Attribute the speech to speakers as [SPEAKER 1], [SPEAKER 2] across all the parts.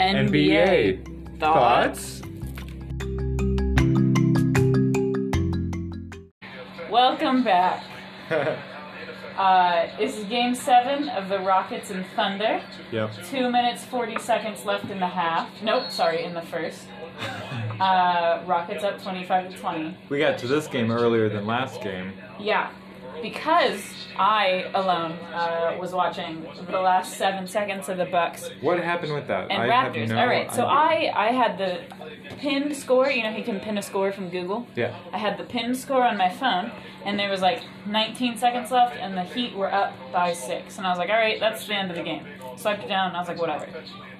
[SPEAKER 1] NBA. Thoughts?
[SPEAKER 2] Welcome back. Uh, this is game seven of the Rockets and Thunder.
[SPEAKER 1] yep.
[SPEAKER 2] Two minutes, 40 seconds left in the half. Nope, sorry, in the first. Uh, Rockets up 25 to 20.
[SPEAKER 1] We got to this game earlier than last game.
[SPEAKER 2] Yeah, because I alone uh, was watching the last seven seconds of the Bucks
[SPEAKER 1] What happened with that?
[SPEAKER 2] and
[SPEAKER 1] I have
[SPEAKER 2] Raptors.
[SPEAKER 1] no
[SPEAKER 2] All right, so
[SPEAKER 1] idea.
[SPEAKER 2] I I had the pinned score. You know, he can pin a score from Google.
[SPEAKER 1] Yeah.
[SPEAKER 2] I had the pinned score on my phone, and there was like 19 seconds left, and the Heat were up by six. And I was like, all right, that's the end of the game. Swiped it down, and I was like, whatever.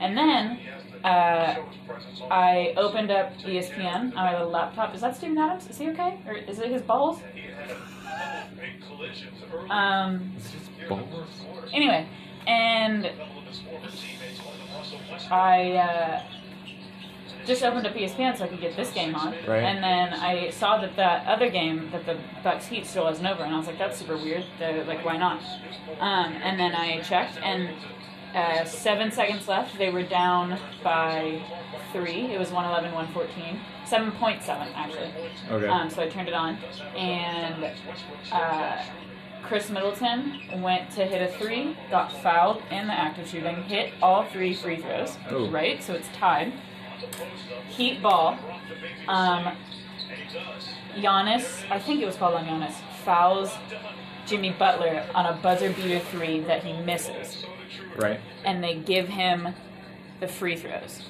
[SPEAKER 2] And then uh, I opened up E ESPN on my little laptop. Is that Steven Adams? Is he okay? Or is it his balls? Um,
[SPEAKER 1] It's just balls.
[SPEAKER 2] Anyway, and I uh, just opened up E ESPN so I could get this game on,
[SPEAKER 1] Right.
[SPEAKER 2] and then I saw that that other game that the Bucks Heat still isn't over, and I was like, that's super weird. They're, like, why not? Um, and then I checked, and uh, seven seconds left. They were down by three. It was 111, 114. 7.7, actually.
[SPEAKER 1] Okay.
[SPEAKER 2] Um, so I turned it on, and uh, Chris Middleton went to hit a three, got fouled in the act of shooting, hit all three free throws,
[SPEAKER 1] Oh.
[SPEAKER 2] right? So it's tied. Heat ball. Um, Giannis, I think it was called on Giannis, fouls Jimmy Butler on a buzzer beater three that he misses,
[SPEAKER 1] right.
[SPEAKER 2] and they give him the free throws.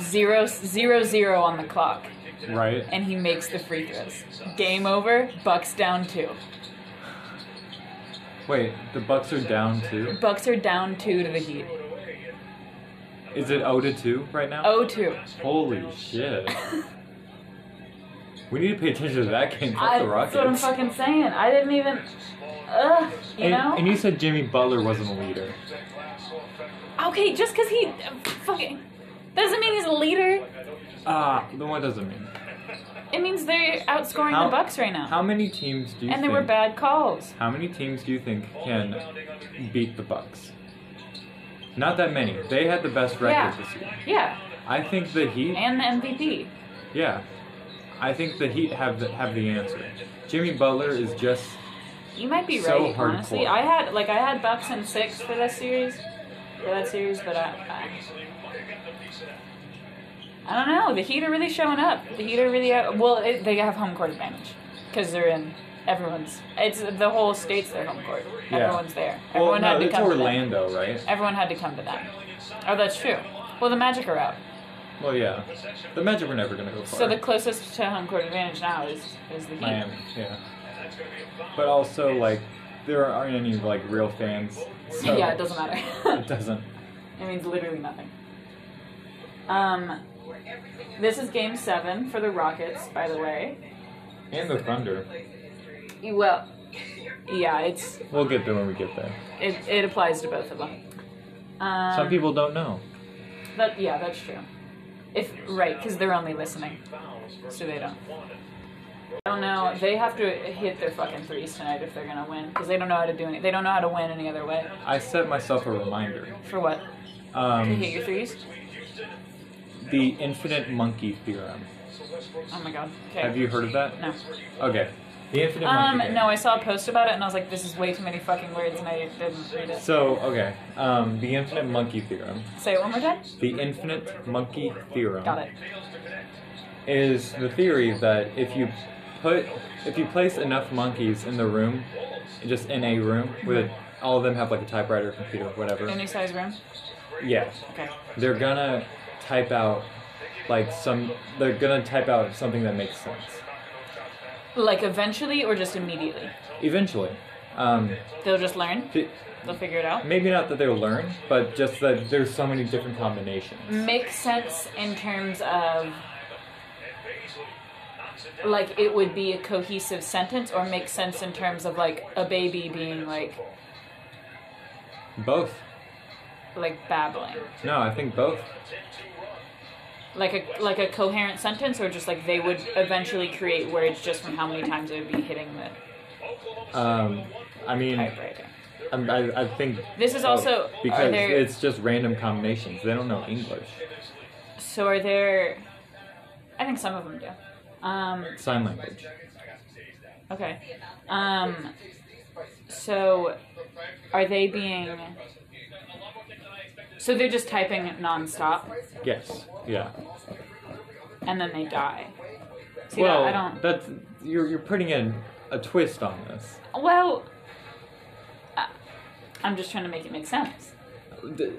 [SPEAKER 2] Zero, zero, zero on the clock
[SPEAKER 1] Right.
[SPEAKER 2] and he makes the free throws. Game over. Bucks down two.
[SPEAKER 1] Wait, the Bucks are down two.
[SPEAKER 2] Bucks are down two to the Heat.
[SPEAKER 1] Is it 0 to 2 right now?
[SPEAKER 2] Oh two.
[SPEAKER 1] Holy shit. we need to pay attention to that game. Fuck
[SPEAKER 2] I,
[SPEAKER 1] the Rockets.
[SPEAKER 2] that's what I'm fucking saying. I didn't even. Ugh. You
[SPEAKER 1] and,
[SPEAKER 2] know.
[SPEAKER 1] and you said Jimmy Butler wasn't a leader.
[SPEAKER 2] okay, just because he fucking doesn't mean he's a leader.
[SPEAKER 1] Ah, then what does it mean?
[SPEAKER 2] It means they're outscoring
[SPEAKER 1] How-
[SPEAKER 2] the Bucks right now,
[SPEAKER 1] How many teams do you
[SPEAKER 2] and
[SPEAKER 1] think
[SPEAKER 2] there were bad calls.
[SPEAKER 1] How many teams do you think can beat the Bucks? Not that many. They had the best record
[SPEAKER 2] Yeah.
[SPEAKER 1] this year.
[SPEAKER 2] Yeah,
[SPEAKER 1] I think the Heat.
[SPEAKER 2] and the MVP.
[SPEAKER 1] Yeah, I think the Heat have the, have the answer. Jimmy Butler is just
[SPEAKER 2] You might be
[SPEAKER 1] So
[SPEAKER 2] right. Honestly,
[SPEAKER 1] hardcore.
[SPEAKER 2] I had like I had Bucks in six for this series, for that series, but I, I, I don't know. The Heat are really showing up. The Heat are really out, well. It, they have home court advantage because they're in everyone's. It's the whole state's their home court.
[SPEAKER 1] Yeah.
[SPEAKER 2] Everyone's there.
[SPEAKER 1] well.
[SPEAKER 2] Everyone
[SPEAKER 1] no,
[SPEAKER 2] had to
[SPEAKER 1] it's
[SPEAKER 2] come to
[SPEAKER 1] Orlando, right?
[SPEAKER 2] them. Everyone had to come to them. Oh, that's true. Well, the Magic are out,
[SPEAKER 1] Well, yeah. The Magic were never gonna go far.
[SPEAKER 2] so the closest to home court advantage now is is the Heat.
[SPEAKER 1] Miami, yeah. But also, like, there aren't any like real fans. So
[SPEAKER 2] yeah, it doesn't matter.
[SPEAKER 1] It doesn't.
[SPEAKER 2] It means literally nothing. Um, this is game seven for the Rockets, by the way.
[SPEAKER 1] And the Thunder.
[SPEAKER 2] Well, yeah, it's
[SPEAKER 1] We'll get there when we get there.
[SPEAKER 2] it, it applies to both of them. Um,
[SPEAKER 1] Some people don't know.
[SPEAKER 2] That yeah, that's true. If right, because they're only listening, so they don't. I don't know. They have to hit their fucking threes tonight if they're gonna win, because they don't know how to do any. They don't know how to win any other way.
[SPEAKER 1] I set myself a reminder.
[SPEAKER 2] For what? To
[SPEAKER 1] Um,
[SPEAKER 2] hit your threes?
[SPEAKER 1] the infinite monkey theorem.
[SPEAKER 2] Oh my god. Okay.
[SPEAKER 1] Have you heard of that?
[SPEAKER 2] No.
[SPEAKER 1] Okay. The infinite
[SPEAKER 2] Um,
[SPEAKER 1] monkey.
[SPEAKER 2] no, I saw a post about it and I was like, this is way too many fucking words and I didn't read it.
[SPEAKER 1] So okay, um, the infinite monkey theorem.
[SPEAKER 2] Say it one more time.
[SPEAKER 1] The infinite monkey theorem.
[SPEAKER 2] Got it.
[SPEAKER 1] is the theory that if you put if you place enough monkeys in the room, just in a room with a,
[SPEAKER 2] Mm-hmm.
[SPEAKER 1] all of them have like a typewriter, computer, whatever.
[SPEAKER 2] Any size room?
[SPEAKER 1] Yeah,
[SPEAKER 2] Okay.
[SPEAKER 1] they're gonna type out like some. They're gonna type out something that makes sense
[SPEAKER 2] Like eventually or just immediately?
[SPEAKER 1] eventually. Um,
[SPEAKER 2] They'll just learn?
[SPEAKER 1] th-
[SPEAKER 2] They'll figure it out?
[SPEAKER 1] maybe not that they'll learn, but just that there's so many different combinations.
[SPEAKER 2] Makes sense in terms of like it would be a cohesive sentence or make sense in terms of like a baby being like
[SPEAKER 1] Both.
[SPEAKER 2] like babbling
[SPEAKER 1] No, I think both.
[SPEAKER 2] like a like a coherent sentence or just like they would eventually create words just from how many times they would be hitting the
[SPEAKER 1] Um, I mean,
[SPEAKER 2] typewriter
[SPEAKER 1] I'm, I, I think
[SPEAKER 2] This is
[SPEAKER 1] oh,
[SPEAKER 2] also- are
[SPEAKER 1] because
[SPEAKER 2] there-
[SPEAKER 1] it's just random combinations. They don't know English.
[SPEAKER 2] So are there? I think some of them do. Um,
[SPEAKER 1] Sign language.
[SPEAKER 2] okay. Um, so are they being? So they're just typing nonstop,
[SPEAKER 1] Yes. Yeah.
[SPEAKER 2] and then they die. See,
[SPEAKER 1] well,
[SPEAKER 2] that, I don't.
[SPEAKER 1] that's you're you're putting in a twist on this.
[SPEAKER 2] Well, I- I'm just trying to make it make sense.
[SPEAKER 1] Th-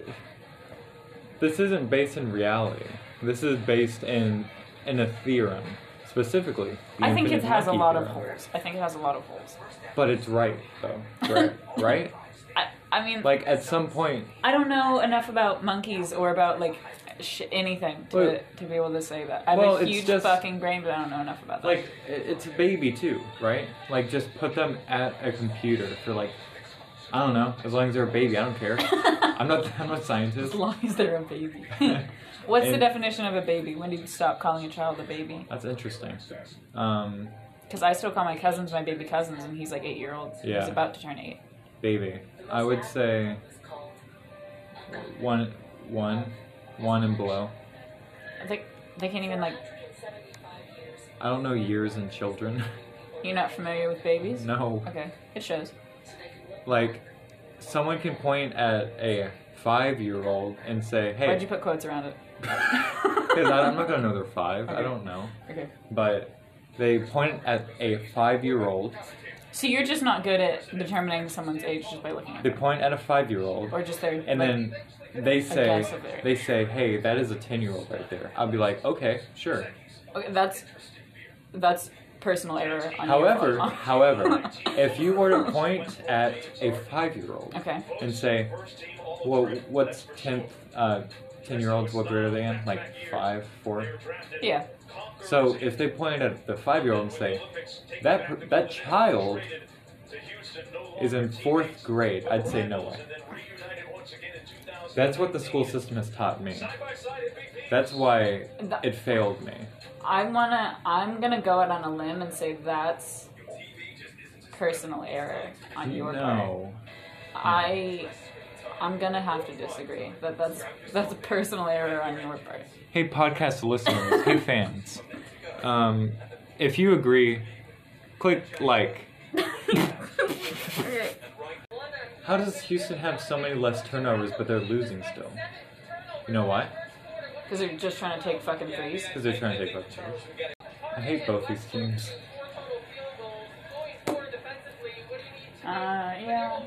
[SPEAKER 1] This isn't based in reality. This is based in in a theorem specifically. the
[SPEAKER 2] I think it
[SPEAKER 1] infinite
[SPEAKER 2] has a
[SPEAKER 1] monkey
[SPEAKER 2] lot of
[SPEAKER 1] theorem.
[SPEAKER 2] holes. I think it has a lot of holes.
[SPEAKER 1] But it's right though. Right. right.
[SPEAKER 2] I, I mean,
[SPEAKER 1] Like at some point,
[SPEAKER 2] I don't know enough about monkeys or about like sh- anything to,
[SPEAKER 1] Well-
[SPEAKER 2] to be able to say that. I have
[SPEAKER 1] well,
[SPEAKER 2] a
[SPEAKER 1] it's
[SPEAKER 2] huge
[SPEAKER 1] just-
[SPEAKER 2] fucking brain, but I don't know enough about that.
[SPEAKER 1] like i- it's a baby too, right? Like just put them at a computer for like, I don't know. As long as they're a baby, I don't care. I'm not. I'm not a
[SPEAKER 2] as
[SPEAKER 1] scientist.
[SPEAKER 2] long as they're a baby. What's the
[SPEAKER 1] And-
[SPEAKER 2] definition of a baby? When do you stop calling a child a baby?
[SPEAKER 1] That's interesting. Um,
[SPEAKER 2] Because I still call my cousins my baby cousins, and he's like eight year old. He's
[SPEAKER 1] Yeah.
[SPEAKER 2] about to turn eight.
[SPEAKER 1] baby, I would say one, one, one and below.
[SPEAKER 2] Like they can't even like.
[SPEAKER 1] I don't know years in children.
[SPEAKER 2] You're not familiar with babies?
[SPEAKER 1] no,
[SPEAKER 2] Okay, it shows.
[SPEAKER 1] like someone can point at a five-year-old and say, "Hey,"
[SPEAKER 2] Why'd you put quotes around it?
[SPEAKER 1] because I'm not gonna know they're five. I
[SPEAKER 2] Okay.
[SPEAKER 1] don't know.
[SPEAKER 2] Okay.
[SPEAKER 1] but they point at a five-year-old.
[SPEAKER 2] So you're just not good at determining someone's age just by looking at
[SPEAKER 1] They
[SPEAKER 2] it,
[SPEAKER 1] point at a five-year-old,
[SPEAKER 2] or just their.
[SPEAKER 1] and
[SPEAKER 2] like,
[SPEAKER 1] then they say,
[SPEAKER 2] guess of their-
[SPEAKER 1] "They say, hey, that is a ten-year-old right there." I'll be like, "Okay, sure."
[SPEAKER 2] Okay, that's that's personal error. On your
[SPEAKER 1] However,
[SPEAKER 2] part.
[SPEAKER 1] however, if you were to point at a five-year-old
[SPEAKER 2] okay,
[SPEAKER 1] and say, "Well, what's tenth, uh, ten-year-olds? What grade are they in? Like five, four?
[SPEAKER 2] yeah,
[SPEAKER 1] So if they pointed at the five-year-old and say, "That per- that child is in fourth grade," I'd say, "No way." That's what the school system has taught me. That's why it failed me.
[SPEAKER 2] I wanna, I'm gonna go out on a limb and say that's personal error on your part.
[SPEAKER 1] No.
[SPEAKER 2] I, I'm gonna have to disagree. That that's that's a personal error on your part.
[SPEAKER 1] Hey, podcast listeners. hey, fans. Um, if you agree, click like.
[SPEAKER 2] Okay.
[SPEAKER 1] How does Houston have so many less turnovers, but they're losing still? You know why?
[SPEAKER 2] Because they're just trying to take fucking threes.
[SPEAKER 1] Because they're trying to take both turnovers. I hate both these teams.
[SPEAKER 2] Uh, yeah.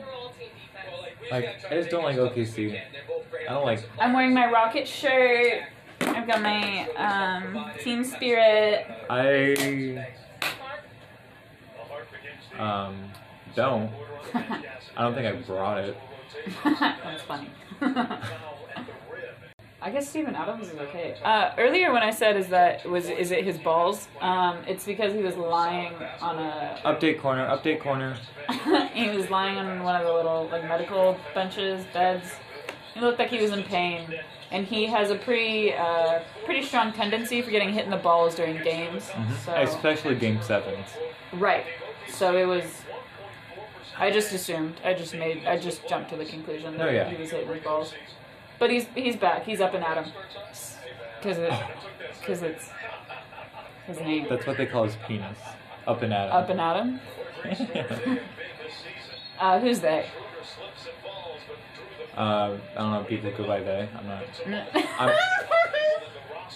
[SPEAKER 1] Like, I just don't like OKC. I don't like.
[SPEAKER 2] I'm wearing my rocket shirt. I've got my um, team spirit.
[SPEAKER 1] I um don't. I don't think I brought it.
[SPEAKER 2] That's funny. I guess Steven Adams is okay. Uh, earlier, when I said is that was is it his balls? Um, it's because he was lying on a
[SPEAKER 1] Update corner. Update corner.
[SPEAKER 2] he was lying on one of the little like medical benches beds. He looked like he was in pain, and he has a pretty uh, pretty strong tendency for getting hit in the balls during games. So
[SPEAKER 1] Especially game sevens.
[SPEAKER 2] Right. So it was. I just assumed. I just made. I just jumped to the conclusion that
[SPEAKER 1] Oh, yeah.
[SPEAKER 2] he was hitting his balls. But he's he's back. He's up and at him. Cause it, cause it's his name.
[SPEAKER 1] That's what they call his penis. Up and at him.
[SPEAKER 2] up and at him. Uh, who's they?
[SPEAKER 1] uh, I don't know. People go by they. I'm not.
[SPEAKER 2] N-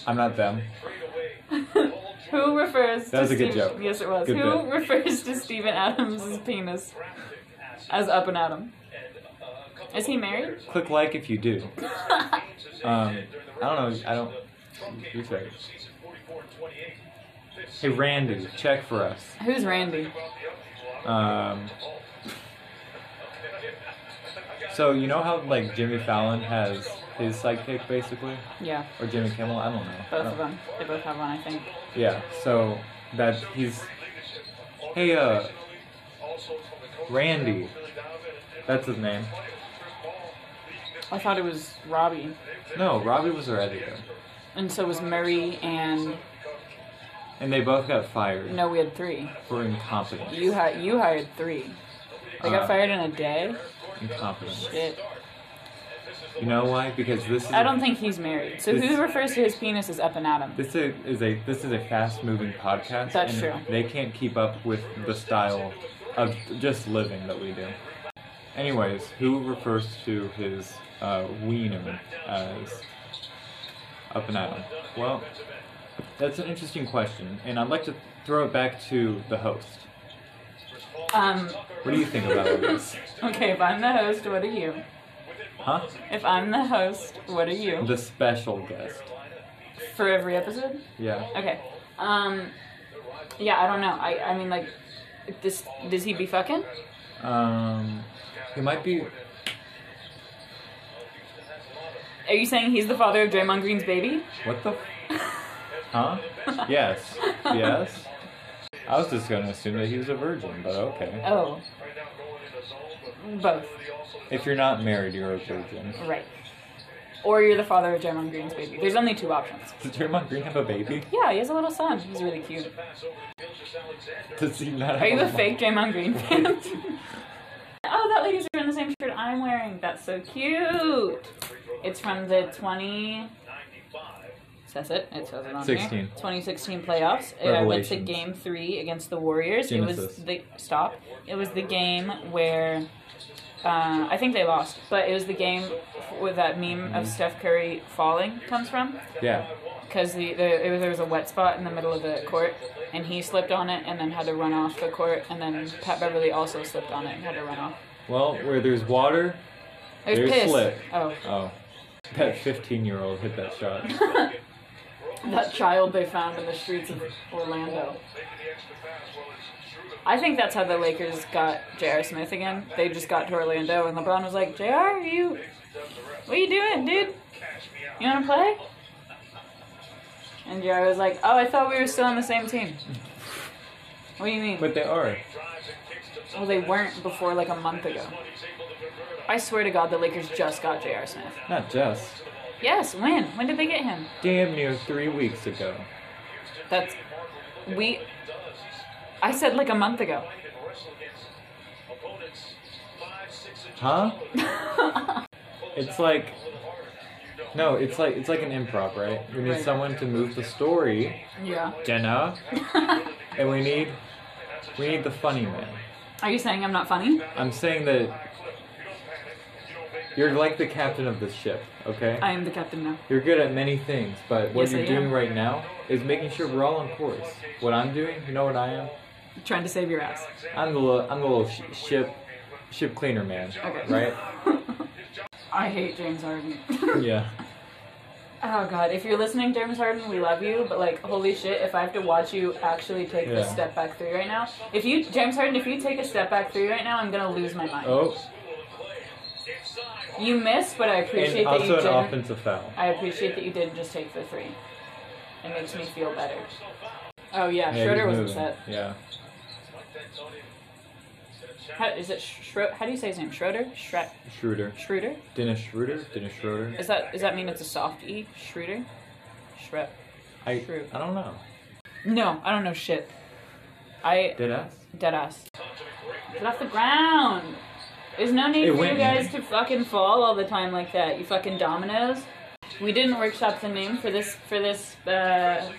[SPEAKER 1] I'm not them.
[SPEAKER 2] Who refers?
[SPEAKER 1] That was
[SPEAKER 2] to
[SPEAKER 1] a good
[SPEAKER 2] Steven-
[SPEAKER 1] joke.
[SPEAKER 2] Yes, it was.
[SPEAKER 1] Good
[SPEAKER 2] Who
[SPEAKER 1] bit.
[SPEAKER 2] refers to Stephen Adams' penis as up and at him? Is he married?
[SPEAKER 1] Click like if you do. Um, I don't know. I don't. You say. Hey Randy, check for us.
[SPEAKER 2] Who's Randy?
[SPEAKER 1] Um, so you know how like Jimmy Fallon has his sidekick basically,
[SPEAKER 2] Yeah,
[SPEAKER 1] or Jimmy Kimmel? I don't know. I
[SPEAKER 2] both
[SPEAKER 1] don't-
[SPEAKER 2] of them. They both have one, I think.
[SPEAKER 1] Yeah. So that he's. Hey, uh, Randy. That's his name.
[SPEAKER 2] I thought it was Robbie.
[SPEAKER 1] No, Robbie was our editor,
[SPEAKER 2] And so was Murray and
[SPEAKER 1] and they both got fired
[SPEAKER 2] no, we had three.
[SPEAKER 1] for incompetence.
[SPEAKER 2] You hi- you hired three. They got
[SPEAKER 1] Uh,
[SPEAKER 2] fired in a day.
[SPEAKER 1] and confidence.
[SPEAKER 2] Shit.
[SPEAKER 1] You know why? Because this is
[SPEAKER 2] I don't think he's married. So
[SPEAKER 1] This-
[SPEAKER 2] who refers to his penis as up and at him?
[SPEAKER 1] this is, is a this is a fast moving podcast.
[SPEAKER 2] That's
[SPEAKER 1] and
[SPEAKER 2] true.
[SPEAKER 1] They can't keep up with the style of just living that we do. Anyways, who refers to his uh, wiener as up and at him? Well, that's an interesting question, and I'd like to throw it back to the host.
[SPEAKER 2] Um,
[SPEAKER 1] What do you think about this?
[SPEAKER 2] okay, if I'm the host, what are you?
[SPEAKER 1] Huh?
[SPEAKER 2] If I'm the host, what are you?
[SPEAKER 1] The special guest.
[SPEAKER 2] For every episode?
[SPEAKER 1] Yeah.
[SPEAKER 2] Okay. Um, yeah, I don't know. I, I mean, like, this, does he be fucking?
[SPEAKER 1] Um, he might be.
[SPEAKER 2] Are you saying he's the father of Draymond Green's baby?
[SPEAKER 1] What the? f- Huh? Yes. Yes. I was just gonna assume that he was a virgin, but okay.
[SPEAKER 2] Oh. Both.
[SPEAKER 1] If you're not married, you're a virgin.
[SPEAKER 2] Right. Or you're the father of Draymond Green's baby. There's only two options.
[SPEAKER 1] Does Draymond Green have a baby?
[SPEAKER 2] Yeah, he has a little son. He's really cute.
[SPEAKER 1] Does he not?
[SPEAKER 2] Are you a
[SPEAKER 1] have
[SPEAKER 2] fake Draymond Green fan? oh, that lady's wearing the same shirt I'm wearing. That's so cute. It's from the 20. Says it. It says it on here.
[SPEAKER 1] 16.
[SPEAKER 2] 2016 playoffs. I went to
[SPEAKER 1] Revelations.
[SPEAKER 2] Game Three against the Warriors. It was
[SPEAKER 1] Genesis.
[SPEAKER 2] the stop. It was the game where. Uh, I think they lost, but it was the game where that meme
[SPEAKER 1] Mm-hmm.
[SPEAKER 2] of Steph Curry falling comes from
[SPEAKER 1] Yeah.
[SPEAKER 2] because the, the it was, there was a wet spot in the middle of the court, and he slipped on it and then had to run off the court, and then Pat Beverly also slipped on it and had to run off.
[SPEAKER 1] Well, where there's water.
[SPEAKER 2] There's
[SPEAKER 1] There's
[SPEAKER 2] piss.
[SPEAKER 1] slip.
[SPEAKER 2] Oh,
[SPEAKER 1] Oh, that 15-year-old hit that shot.
[SPEAKER 2] that child they found in the streets of Orlando. I think that's how the Lakers got J.R. Smith again. They just got to Orlando, and LeBron was like, "J.R., are you, what you doing, dude? You want to play?" And J.R. was like, "Oh, I thought we were still on the same team." What do you mean?
[SPEAKER 1] But they are.
[SPEAKER 2] Well, they weren't before like a month ago. I swear to God, the Lakers just got J.R. Smith.
[SPEAKER 1] Not just.
[SPEAKER 2] Yes, when? When did they get him?
[SPEAKER 1] Damn near three weeks ago.
[SPEAKER 2] That's we. I said like a month ago.
[SPEAKER 1] Huh? it's like no, it's like it's like an improv, right? We need
[SPEAKER 2] Right.
[SPEAKER 1] someone to move the story,
[SPEAKER 2] Yeah.
[SPEAKER 1] Jenna, and we need we need the funny man.
[SPEAKER 2] Are you saying I'm not funny?
[SPEAKER 1] I'm saying that you're like the captain of this ship, okay?
[SPEAKER 2] I am the captain now.
[SPEAKER 1] You're good at many things, but what
[SPEAKER 2] Yes, I
[SPEAKER 1] you're doing
[SPEAKER 2] am.
[SPEAKER 1] right now is making sure we're all on course. What I'm doing, you know what I am?
[SPEAKER 2] trying to save your ass.
[SPEAKER 1] I'm the li- I'm the little sh- ship ship cleaner man,
[SPEAKER 2] Okay.
[SPEAKER 1] right?
[SPEAKER 2] I hate James Harden.
[SPEAKER 1] yeah.
[SPEAKER 2] oh God, if you're listening, James Harden, we love you. But like, holy shit, if I have to watch you actually take the
[SPEAKER 1] Yeah.
[SPEAKER 2] step back three right now, if you James Harden, if you take a step back three right now, I'm gonna lose my mind.
[SPEAKER 1] Oh,
[SPEAKER 2] You missed, but I appreciate
[SPEAKER 1] and
[SPEAKER 2] that you Uh,
[SPEAKER 1] also an
[SPEAKER 2] didn't.
[SPEAKER 1] offensive foul.
[SPEAKER 2] I appreciate that you didn't just take the three. It makes me feel better. Oh yeah,
[SPEAKER 1] Yeah,
[SPEAKER 2] Schroeder was
[SPEAKER 1] he's moving.
[SPEAKER 2] upset.
[SPEAKER 1] Yeah.
[SPEAKER 2] How, is it Schro- How do you say his name? Schroeder? Shre-
[SPEAKER 1] Schroeder.
[SPEAKER 2] Schroeder?
[SPEAKER 1] Dennis Schroeder? Dennis Schroeder?
[SPEAKER 2] Is that does that mean it's a soft e? Schroeder? Shre-
[SPEAKER 1] I,
[SPEAKER 2] Schroeder.
[SPEAKER 1] I don't know.
[SPEAKER 2] No, I don't know shit. I
[SPEAKER 1] Did I?
[SPEAKER 2] dead ass. Get off the ground. There's no need
[SPEAKER 1] It
[SPEAKER 2] for you
[SPEAKER 1] went
[SPEAKER 2] guys
[SPEAKER 1] in.
[SPEAKER 2] to fucking fall all the time like that. You fucking dominoes. We didn't workshop the name for this for this uh,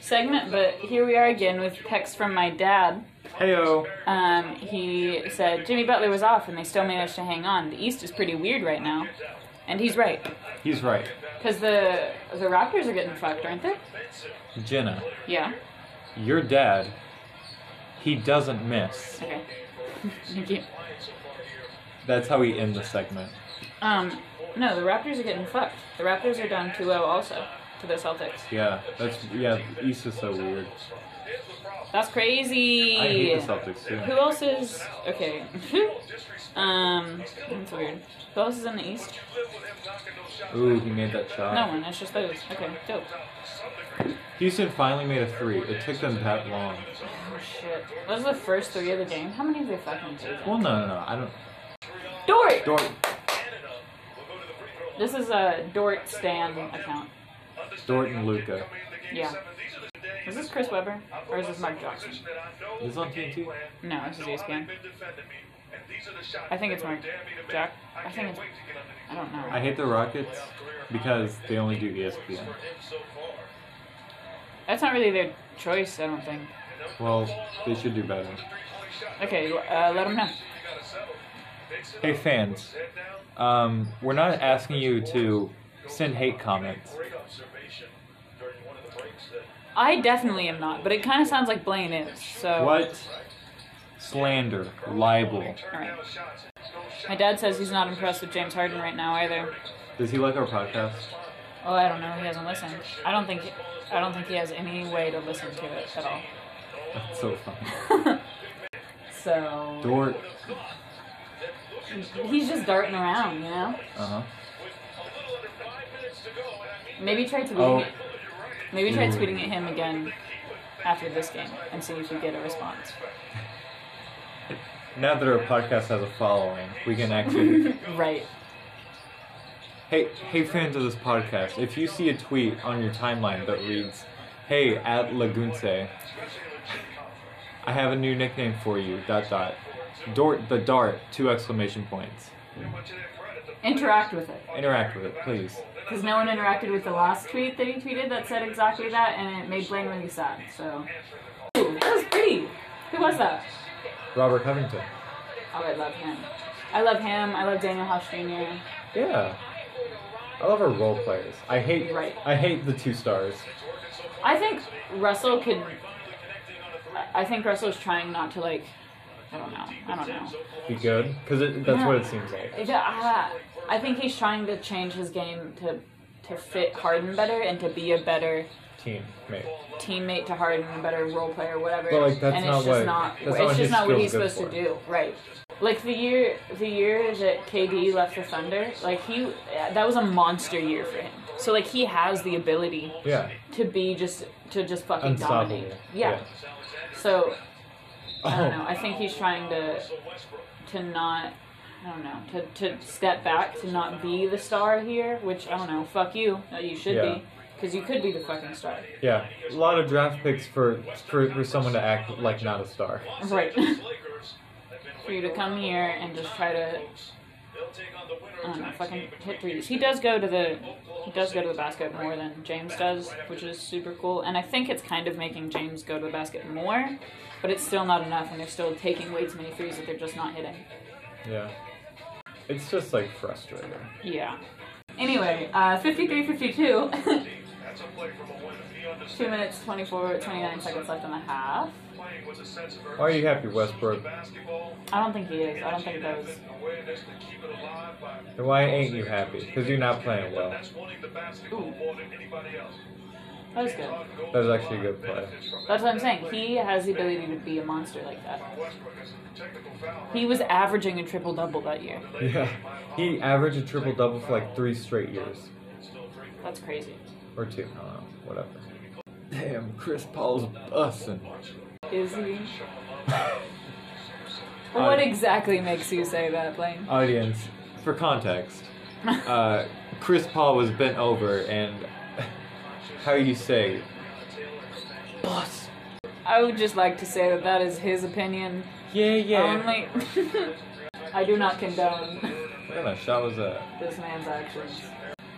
[SPEAKER 2] segment, but here we are again with text from my dad.
[SPEAKER 1] Heyo.
[SPEAKER 2] Um, he said Jimmy Butler was off, and they still managed to hang on. The East is pretty weird right now, and he's right
[SPEAKER 1] He's right.
[SPEAKER 2] because the the Raptors are getting fucked, aren't they?
[SPEAKER 1] Jenna,
[SPEAKER 2] Yeah.
[SPEAKER 1] your dad, he doesn't miss.
[SPEAKER 2] Okay. Thank you.
[SPEAKER 1] That's how we end the segment.
[SPEAKER 2] Um, no, the Raptors are getting fucked. The Raptors are down 2-0 also to the Celtics.
[SPEAKER 1] Yeah, that's yeah. East is so weird.
[SPEAKER 2] That's crazy.
[SPEAKER 1] I hate the Celtics too.
[SPEAKER 2] Who else is okay? um, that's weird. Who else is in the East?
[SPEAKER 1] Ooh, he made that shot.
[SPEAKER 2] No one. It's just those. Okay, dope.
[SPEAKER 1] Houston finally made a three. It took them that long.
[SPEAKER 2] Oh shit. Those are the first three of the game. How many have they fucking taken?
[SPEAKER 1] Well, no, no, no. I don't.
[SPEAKER 2] Dort.
[SPEAKER 1] Dort,
[SPEAKER 2] This is a Dort Stan account.
[SPEAKER 1] Dort and Luca.
[SPEAKER 2] Yeah. Is this Chris Webber or is E this Mark Jackson?
[SPEAKER 1] Is this on TNT?
[SPEAKER 2] No, this is ESPN. I think it's Mark Jack. I think it's. I don't know.
[SPEAKER 1] I hate the Rockets because they only do E ESPN.
[SPEAKER 2] That's not really their choice. I don't think.
[SPEAKER 1] Well, they should do better.
[SPEAKER 2] Okay, uh, let them know.
[SPEAKER 1] Hey fans, um, we're not asking you to send hate comments.
[SPEAKER 2] I definitely am not, but it kind of sounds like Blaine is. So
[SPEAKER 1] What? Slander, libel.
[SPEAKER 2] All right. My dad says he's not impressed with James Harden right now either.
[SPEAKER 1] Does he like our podcast?
[SPEAKER 2] Oh, I don't know. He hasn't listened. I don't think. I don't think he has any way to listen to it at all.
[SPEAKER 1] That's so funny.
[SPEAKER 2] So
[SPEAKER 1] Dork.
[SPEAKER 2] he's just darting around, you know.
[SPEAKER 1] Uh huh.
[SPEAKER 2] Maybe try tweeting.
[SPEAKER 1] Oh. Mm.
[SPEAKER 2] It. Maybe try
[SPEAKER 1] Ooh.
[SPEAKER 2] tweeting at him again after this game and see if you get a response.
[SPEAKER 1] Now that our podcast has a following, we can actually.
[SPEAKER 2] Right.
[SPEAKER 1] hey, hey, fans of this podcast, if you see a tweet on your timeline that reads, "Hey at Lagunce, I have a new nickname for you." Dot dot. Dort the dart. Two exclamation points.
[SPEAKER 2] Interact with it.
[SPEAKER 1] Interact with it, please.
[SPEAKER 2] Because no one interacted with the last tweet that he tweeted that said exactly that, and it made Blaine really sad. So, Ooh, that was pretty. Who was that?
[SPEAKER 1] Robert Covington.
[SPEAKER 2] Oh, I love him. I love him. I love Daniel House Jr.
[SPEAKER 1] Yeah. I love our role players. I hate.
[SPEAKER 2] Right.
[SPEAKER 1] I hate the two stars.
[SPEAKER 2] I think Russell could. I- I think Russell's trying not to like. I don't know. I don't know.
[SPEAKER 1] Be good, because that's
[SPEAKER 2] Yeah.
[SPEAKER 1] what it seems like.
[SPEAKER 2] Yeah, uh, I think he's trying to change his game to to fit Harden better and to be a better
[SPEAKER 1] Teammate.
[SPEAKER 2] teammate to Harden, a better role player, whatever.
[SPEAKER 1] But, like, that's
[SPEAKER 2] and it's
[SPEAKER 1] not
[SPEAKER 2] just
[SPEAKER 1] what-
[SPEAKER 2] not
[SPEAKER 1] that's not
[SPEAKER 2] it's
[SPEAKER 1] what his
[SPEAKER 2] just not what
[SPEAKER 1] skill's
[SPEAKER 2] he's
[SPEAKER 1] good
[SPEAKER 2] supposed to
[SPEAKER 1] for.
[SPEAKER 2] do, right? Like the year the year that KD left the Thunder, like he that was a monster year for him. So like he has the ability
[SPEAKER 1] Yeah.
[SPEAKER 2] to be just to just fucking
[SPEAKER 1] Unstoppable.
[SPEAKER 2] dominate. Yeah. So I
[SPEAKER 1] Oh.
[SPEAKER 2] don't know. I think he's trying to to not I don't know to, to step back to not be the star here, which I don't know. Fuck you. No, you should
[SPEAKER 1] Yeah.
[SPEAKER 2] be because you could be the fucking star.
[SPEAKER 1] Yeah, a lot of draft picks for for, for someone to act like not a star.
[SPEAKER 2] Right. For you to come here and just try to I don't know, Um, fucking hit threes. He does go to the he does go to the basket more than James does, which is super cool. And I think it's kind of making James go to the basket more, but it's still not enough, and they're still taking way too many threes that they're just not hitting.
[SPEAKER 1] Yeah, it's just like frustrating.
[SPEAKER 2] Yeah. Anyway, uh, 53 52. Two minutes, 24, 29 seconds left in the half.
[SPEAKER 1] Why are you happy, Westbrook?
[SPEAKER 2] I don't think he is. I don't think that was.
[SPEAKER 1] And why ain't you happy? Because you're not playing well.
[SPEAKER 2] Ooh. That was good.
[SPEAKER 1] That was actually a good play.
[SPEAKER 2] That's what I'm saying. He has the ability to be a monster like that. He was averaging a triple double that year.
[SPEAKER 1] Yeah, he averaged a triple double for like three straight years,
[SPEAKER 2] That's crazy.
[SPEAKER 1] or two. I don't know, whatever. Damn, Chris Paul's bussin'.
[SPEAKER 2] Is he? What exactly makes you say that, Blaine?
[SPEAKER 1] Audience, for context, uh, Chris Paul was bent over and how you say, bust.
[SPEAKER 2] I would just like to say that that is his opinion.
[SPEAKER 1] Yeah, yeah.
[SPEAKER 2] Only. I do not condone.
[SPEAKER 1] What kind of shot was that?
[SPEAKER 2] this man's actions.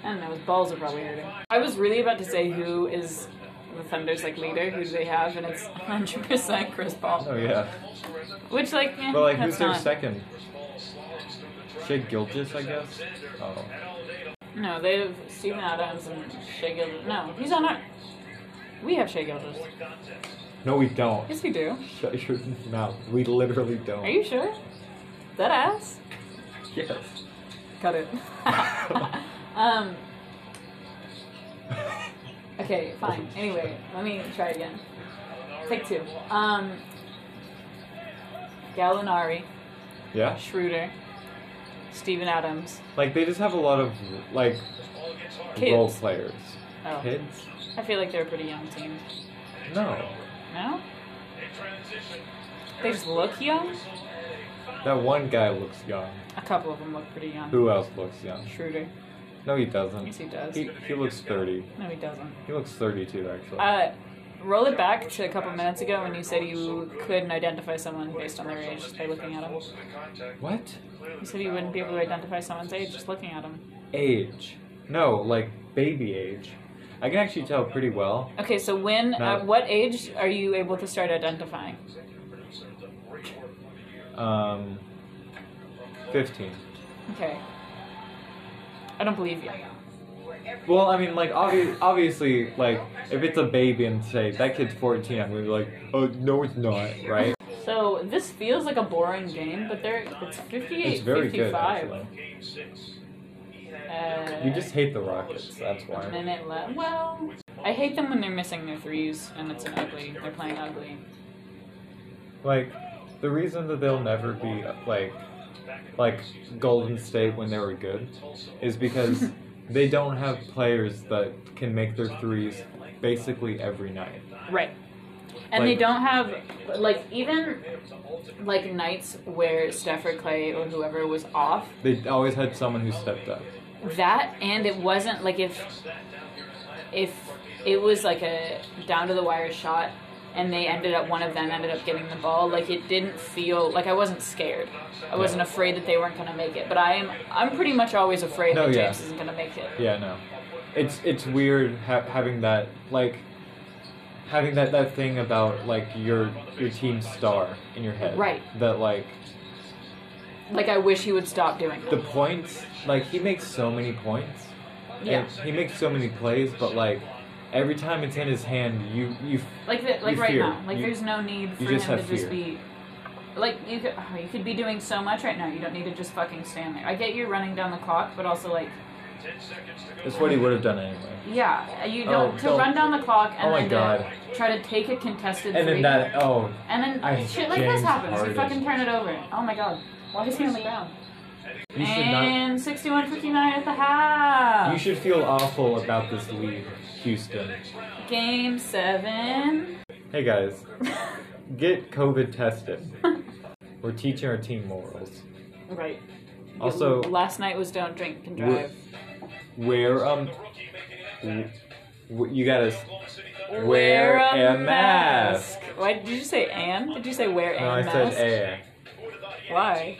[SPEAKER 2] I don't know, his balls are probably hurting. I was really about to say who is the Thunder's like leader, who do they have, and it's 100% Chris Paul.
[SPEAKER 1] Oh yeah.
[SPEAKER 2] Which like, eh,
[SPEAKER 1] But like,
[SPEAKER 2] that's
[SPEAKER 1] who's their
[SPEAKER 2] not-
[SPEAKER 1] second? Shea Gilgis, I guess. Oh,
[SPEAKER 2] No, they have Steven Adams and Shea Gildas. No, he's on our. We have Shea Gildas.
[SPEAKER 1] no, we don't.
[SPEAKER 2] Yes, we do.
[SPEAKER 1] Shut your mouth. We literally don't.
[SPEAKER 2] Are you sure? That ass.
[SPEAKER 1] Yes.
[SPEAKER 2] Cut it. um. Okay, fine. Anyway, let me try again. Take two. Um. Gallinari,
[SPEAKER 1] Yeah.
[SPEAKER 2] Schroeder, Steven Adams.
[SPEAKER 1] Like they just have a lot of like
[SPEAKER 2] Kids.
[SPEAKER 1] role players.
[SPEAKER 2] Oh,
[SPEAKER 1] Kids?
[SPEAKER 2] I feel like they're a pretty young team.
[SPEAKER 1] No.
[SPEAKER 2] No? They just look young?
[SPEAKER 1] That one guy looks young.
[SPEAKER 2] A couple of them look pretty young.
[SPEAKER 1] Who else looks young?
[SPEAKER 2] Schroeder.
[SPEAKER 1] No, he
[SPEAKER 2] Yes,
[SPEAKER 1] doesn't.
[SPEAKER 2] he does.
[SPEAKER 1] He he looks thirty.
[SPEAKER 2] No, he doesn't.
[SPEAKER 1] He looks thirty-two actually.
[SPEAKER 2] Uh, roll it back to a couple minutes ago when you said you couldn't identify someone based on their age just by looking at them.
[SPEAKER 1] What?
[SPEAKER 2] You said you wouldn't be able to identify someone's age just looking at them.
[SPEAKER 1] Age. No, like baby age. I can actually tell pretty well.
[SPEAKER 2] Okay, so when,
[SPEAKER 1] No.
[SPEAKER 2] at what age are you able to start identifying?
[SPEAKER 1] Um, 15.
[SPEAKER 2] Okay. I don't believe you.
[SPEAKER 1] Well, I mean, like, obvi- obviously, like, if it's a baby and say, that kid's 14, I'm gonna be like, oh, no, it's not, right?
[SPEAKER 2] So this feels like a boring game, but there it's 58,
[SPEAKER 1] It's very good,
[SPEAKER 2] 55.
[SPEAKER 1] actually.
[SPEAKER 2] Uh,
[SPEAKER 1] You just hate the Rockets, that's
[SPEAKER 2] a
[SPEAKER 1] why.
[SPEAKER 2] minute left. Well, I hate them when they're missing their threes and it's an ugly. They're playing ugly.
[SPEAKER 1] Like, the reason that they'll never be, like, like Golden State when they were good is because they don't have players that can make their threes basically every night.
[SPEAKER 2] Right. And they
[SPEAKER 1] Like-
[SPEAKER 2] don't have like even like nights where Steph or Clay or whoever was off.
[SPEAKER 1] They always had someone who stepped up.
[SPEAKER 2] That and it wasn't like if if it was like a down to the wire shot and they ended up one of them ended up getting the ball like it didn't feel like I wasn't scared. I wasn't afraid that they weren't going to make it, but I am I'm pretty much always afraid
[SPEAKER 1] No,
[SPEAKER 2] that
[SPEAKER 1] yeah.
[SPEAKER 2] James isn't going to make it.
[SPEAKER 1] Yeah, no. It's it's weird ha- having that like having that that thing about like your your team star in your head.
[SPEAKER 2] Right.
[SPEAKER 1] That like
[SPEAKER 2] Like I wish he would stop doing that.
[SPEAKER 1] the points like he makes so many points.
[SPEAKER 2] Yeah.
[SPEAKER 1] And he makes so many plays, but like every time it's in his hand, you you
[SPEAKER 2] Like the, like
[SPEAKER 1] you
[SPEAKER 2] right
[SPEAKER 1] fear.
[SPEAKER 2] now. Like
[SPEAKER 1] You-
[SPEAKER 2] there's no need for
[SPEAKER 1] you
[SPEAKER 2] him
[SPEAKER 1] just
[SPEAKER 2] to
[SPEAKER 1] have
[SPEAKER 2] just
[SPEAKER 1] fear.
[SPEAKER 2] be like you could oh, you could be doing so much right now. You don't need to just fucking stand there. I get you're running down the clock, but also like
[SPEAKER 1] it's what he would have done anyway.
[SPEAKER 2] yeah, you
[SPEAKER 1] Oh,
[SPEAKER 2] don't to
[SPEAKER 1] don't-
[SPEAKER 2] run down the clock and
[SPEAKER 1] Oh my
[SPEAKER 2] then
[SPEAKER 1] God.
[SPEAKER 2] To try to take a contested
[SPEAKER 1] And
[SPEAKER 2] three.
[SPEAKER 1] then that oh
[SPEAKER 2] and then
[SPEAKER 1] I-
[SPEAKER 2] shit like
[SPEAKER 1] James
[SPEAKER 2] this happens. You
[SPEAKER 1] Harden.
[SPEAKER 2] fucking turn it over. Oh my god. Why is he on the ground?
[SPEAKER 1] you should not
[SPEAKER 2] and 61-59 at the half.
[SPEAKER 1] you should feel awful about this lead, Houston.
[SPEAKER 2] Game seven.
[SPEAKER 1] Hey guys, get COVID tested. We're teaching our team morals.
[SPEAKER 2] Right.
[SPEAKER 1] Also,
[SPEAKER 2] last night was don't drink and
[SPEAKER 1] Wo-
[SPEAKER 2] drive.
[SPEAKER 1] Wear um, w- w- you gotta. s- Wear a
[SPEAKER 2] Why did you say and? Did you say wear
[SPEAKER 1] No, I
[SPEAKER 2] and
[SPEAKER 1] said
[SPEAKER 2] mask?
[SPEAKER 1] air.
[SPEAKER 2] Why?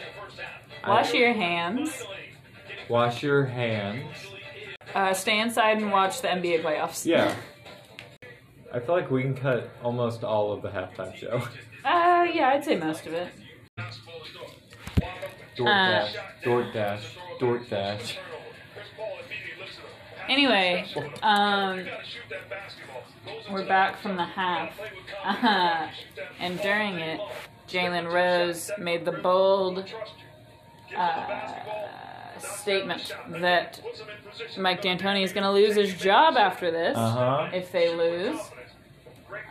[SPEAKER 1] I-
[SPEAKER 2] Wash your hands.
[SPEAKER 1] Wash your hands.
[SPEAKER 2] Uh, stay inside and watch the NBA playoffs.
[SPEAKER 1] Yeah. I feel like we can cut almost all of the halftime show.
[SPEAKER 2] Uh, yeah, I'd say most of it.
[SPEAKER 1] Dort
[SPEAKER 2] Uh,
[SPEAKER 1] dash, Dort dash, Dort dash.
[SPEAKER 2] Anyway, um, we're back from the half. Uh-huh. And during it, Jalen Rose made the bold uh, statement that Mike D'Antoni is going to lose his job after this
[SPEAKER 1] Uh huh.
[SPEAKER 2] if they lose.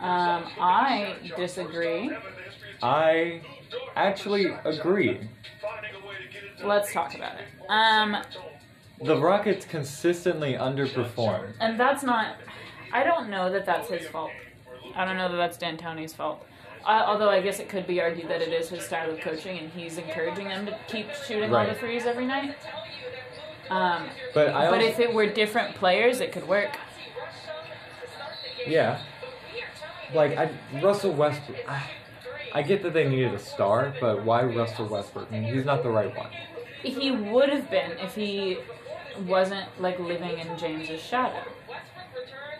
[SPEAKER 2] Um, I disagree.
[SPEAKER 1] I actually agree.
[SPEAKER 2] Let's talk about it. Um,
[SPEAKER 1] The Rockets consistently underperform.
[SPEAKER 2] and that's not. I don't know that that's his fault. I don't know that that's D'Antoni's fault. Uh, although I guess it could be argued that it is his style of coaching, and he's encouraging them to keep shooting all the
[SPEAKER 1] Right.
[SPEAKER 2] threes every night. Um,
[SPEAKER 1] But I
[SPEAKER 2] but
[SPEAKER 1] also,
[SPEAKER 2] if it were different players, it could work.
[SPEAKER 1] yeah. Like I, Russell Westbrook. I, I get that they needed a star, but why Russell Westbrook? I mean, he's not the right one.
[SPEAKER 2] He would have been if he wasn't like living in James's shadow.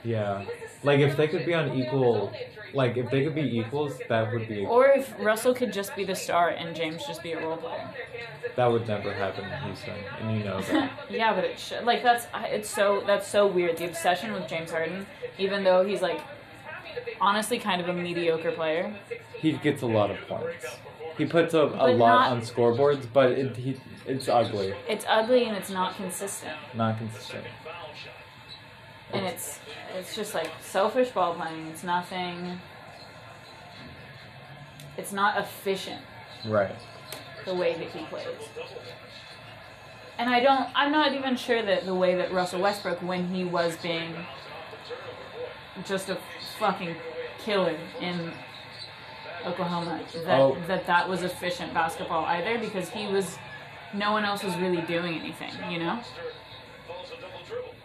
[SPEAKER 1] Yeah. Like if they could be on equal, like if they could be equals, that would be
[SPEAKER 2] Or if Russell could just be the star and James just be a role player.
[SPEAKER 1] that would never happen in Houston, and you know that.
[SPEAKER 2] Yeah, but it should. Like that's I- it's so that's so weird. The obsession with James Harden, even though he's like honestly kind of a mediocre player.
[SPEAKER 1] He gets a lot of points. He puts up a
[SPEAKER 2] But
[SPEAKER 1] lot
[SPEAKER 2] not-
[SPEAKER 1] on scoreboards, but it, he, it's ugly,
[SPEAKER 2] It's ugly and it's not consistent,
[SPEAKER 1] not consistent.
[SPEAKER 2] and it's it's just like selfish ball playing. It's nothing. It's not efficient
[SPEAKER 1] Right.
[SPEAKER 2] the way that he plays. And I don't. I'm not even sure that the way that Russell Westbrook, when he was being just a fucking killer in Oklahoma, that
[SPEAKER 1] Oh.
[SPEAKER 2] that, that was efficient basketball either, because he was. No one else was really doing anything, you know.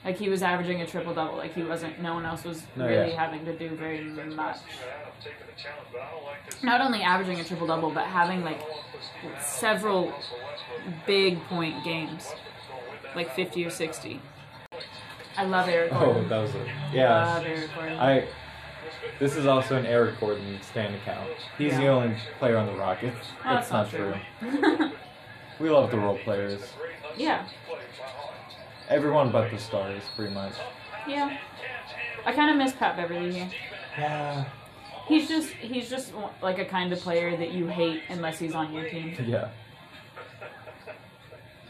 [SPEAKER 2] Like he was averaging a triple double. Like he wasn't. No one else was
[SPEAKER 1] No,
[SPEAKER 2] really
[SPEAKER 1] yeah.
[SPEAKER 2] having to do very much. Not only averaging a triple double, but having like several big point games, like fifty or sixty. I love Eric.
[SPEAKER 1] Oh,
[SPEAKER 2] Gordon.
[SPEAKER 1] that was a
[SPEAKER 2] love
[SPEAKER 1] yeah.
[SPEAKER 2] Eric Gordon.
[SPEAKER 1] I. This is also an Eric Gordon stand account. He's the
[SPEAKER 2] Yeah.
[SPEAKER 1] only player on the Rockets.
[SPEAKER 2] Oh,
[SPEAKER 1] That's not true. We love the role players.
[SPEAKER 2] yeah,
[SPEAKER 1] Everyone but the stars, pretty much.
[SPEAKER 2] yeah. I kind of miss Pat Beverly here.
[SPEAKER 1] Yeah.
[SPEAKER 2] He's just he's just like a kind of player that you hate unless he's on your team.
[SPEAKER 1] Yeah.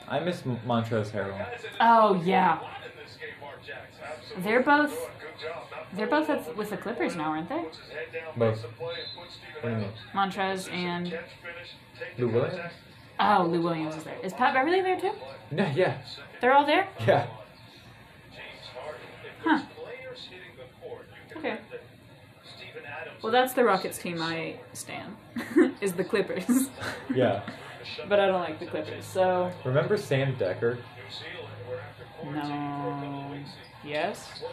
[SPEAKER 1] I miss M- Montrezl Harrell.
[SPEAKER 2] Oh yeah, they're both they're both with- with the Clippers now, aren't they?
[SPEAKER 1] Both. What do you mean?
[SPEAKER 2] Montrez and
[SPEAKER 1] Lou Williams?
[SPEAKER 2] oh Lou Williams is there. Is Pat Beverly there too?
[SPEAKER 1] No, yeah.
[SPEAKER 2] They're all there.
[SPEAKER 1] Yeah.
[SPEAKER 2] Huh. Okay. Well, that's the Rockets team I stan. is the Clippers,
[SPEAKER 1] Yeah.
[SPEAKER 2] but I don't like the Clippers. So
[SPEAKER 1] Remember Sam Decker?
[SPEAKER 2] no. Yes.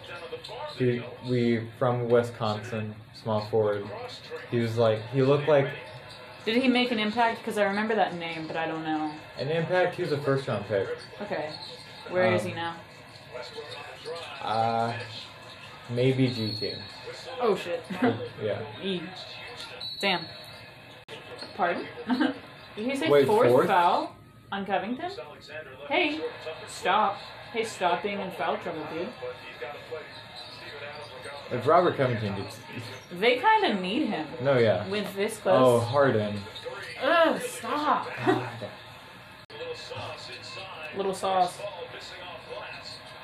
[SPEAKER 1] He, we from Wisconsin, small forward. He was like he looked like
[SPEAKER 2] Did he make an impact? Because I remember that name, but I don't know.
[SPEAKER 1] an impact. He was a first round pick.
[SPEAKER 2] Okay. Where is
[SPEAKER 1] Um,
[SPEAKER 2] he now?
[SPEAKER 1] Uh, maybe G team.
[SPEAKER 2] Oh shit.
[SPEAKER 1] Yeah.
[SPEAKER 2] E. Damn. Pardon? Did he say
[SPEAKER 1] Wait,
[SPEAKER 2] fourth,
[SPEAKER 1] fourth?
[SPEAKER 2] foul on Covington? Hey, stop. Hey, stop being in foul trouble, dude.
[SPEAKER 1] If Robert Covington gets
[SPEAKER 2] They kind of need him
[SPEAKER 1] no, yeah.
[SPEAKER 2] with this
[SPEAKER 1] Oh,
[SPEAKER 2] close.
[SPEAKER 1] Harden.
[SPEAKER 2] Ugh, stop.
[SPEAKER 1] God,
[SPEAKER 2] Little sauce.